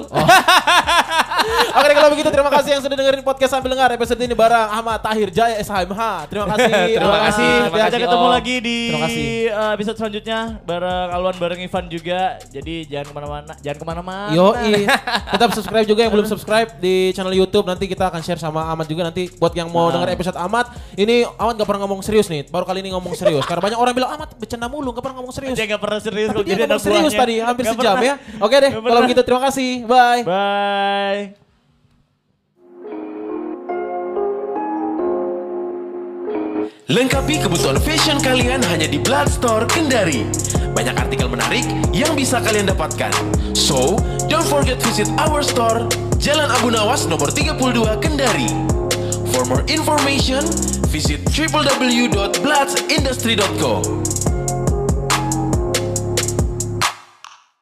[SPEAKER 3] Oke deh, kalau begitu terima kasih yang sudah dengerin podcast sambil dengar episode ini bareng Ahmad Tahir Jaya SHMH. Terima kasih.
[SPEAKER 5] Terima kasih.
[SPEAKER 4] Kita
[SPEAKER 5] kasih,
[SPEAKER 4] ketemu
[SPEAKER 5] Om.
[SPEAKER 4] lagi di
[SPEAKER 3] Oh. Terima kasih.
[SPEAKER 4] eh, episode selanjutnya bareng Alwan bareng Ivan juga. Jadi jangan kemana-mana, jangan kemana-mana.
[SPEAKER 3] Yo, iya. tetap subscribe juga yang belum subscribe di channel YouTube. Nanti kita akan share sama Ahmad juga nanti buat yang mau denger
[SPEAKER 4] Nah.
[SPEAKER 3] episode Ahmad. Ini Ahmad gak pernah ngomong serius nih. Baru kali ini ngomong serius. Karena banyak orang bilang Ahmad bercanda mulu, gak pernah ngomong serius.
[SPEAKER 4] Dia nggak pernah serius
[SPEAKER 3] Tapi
[SPEAKER 4] kalau
[SPEAKER 3] dia
[SPEAKER 4] jadi ada
[SPEAKER 3] ngomong serius
[SPEAKER 4] buahnya.
[SPEAKER 3] tadi hampir
[SPEAKER 4] Nggak
[SPEAKER 3] sejam
[SPEAKER 4] pernah.
[SPEAKER 3] ya. Oke deh,
[SPEAKER 4] Nggak
[SPEAKER 3] kalau
[SPEAKER 4] pernah.
[SPEAKER 3] begitu terima kasih. Bye.
[SPEAKER 4] Bye.
[SPEAKER 1] Lengkapi kebutuhan fashion kalian hanya di Bloodstore Kendari. Banyak artikel menarik yang bisa kalian dapatkan. So, don't forget visit our store, Jalan Abu Nawas nomor 32 Kendari. For more information, visit www.bloodsindustry.co.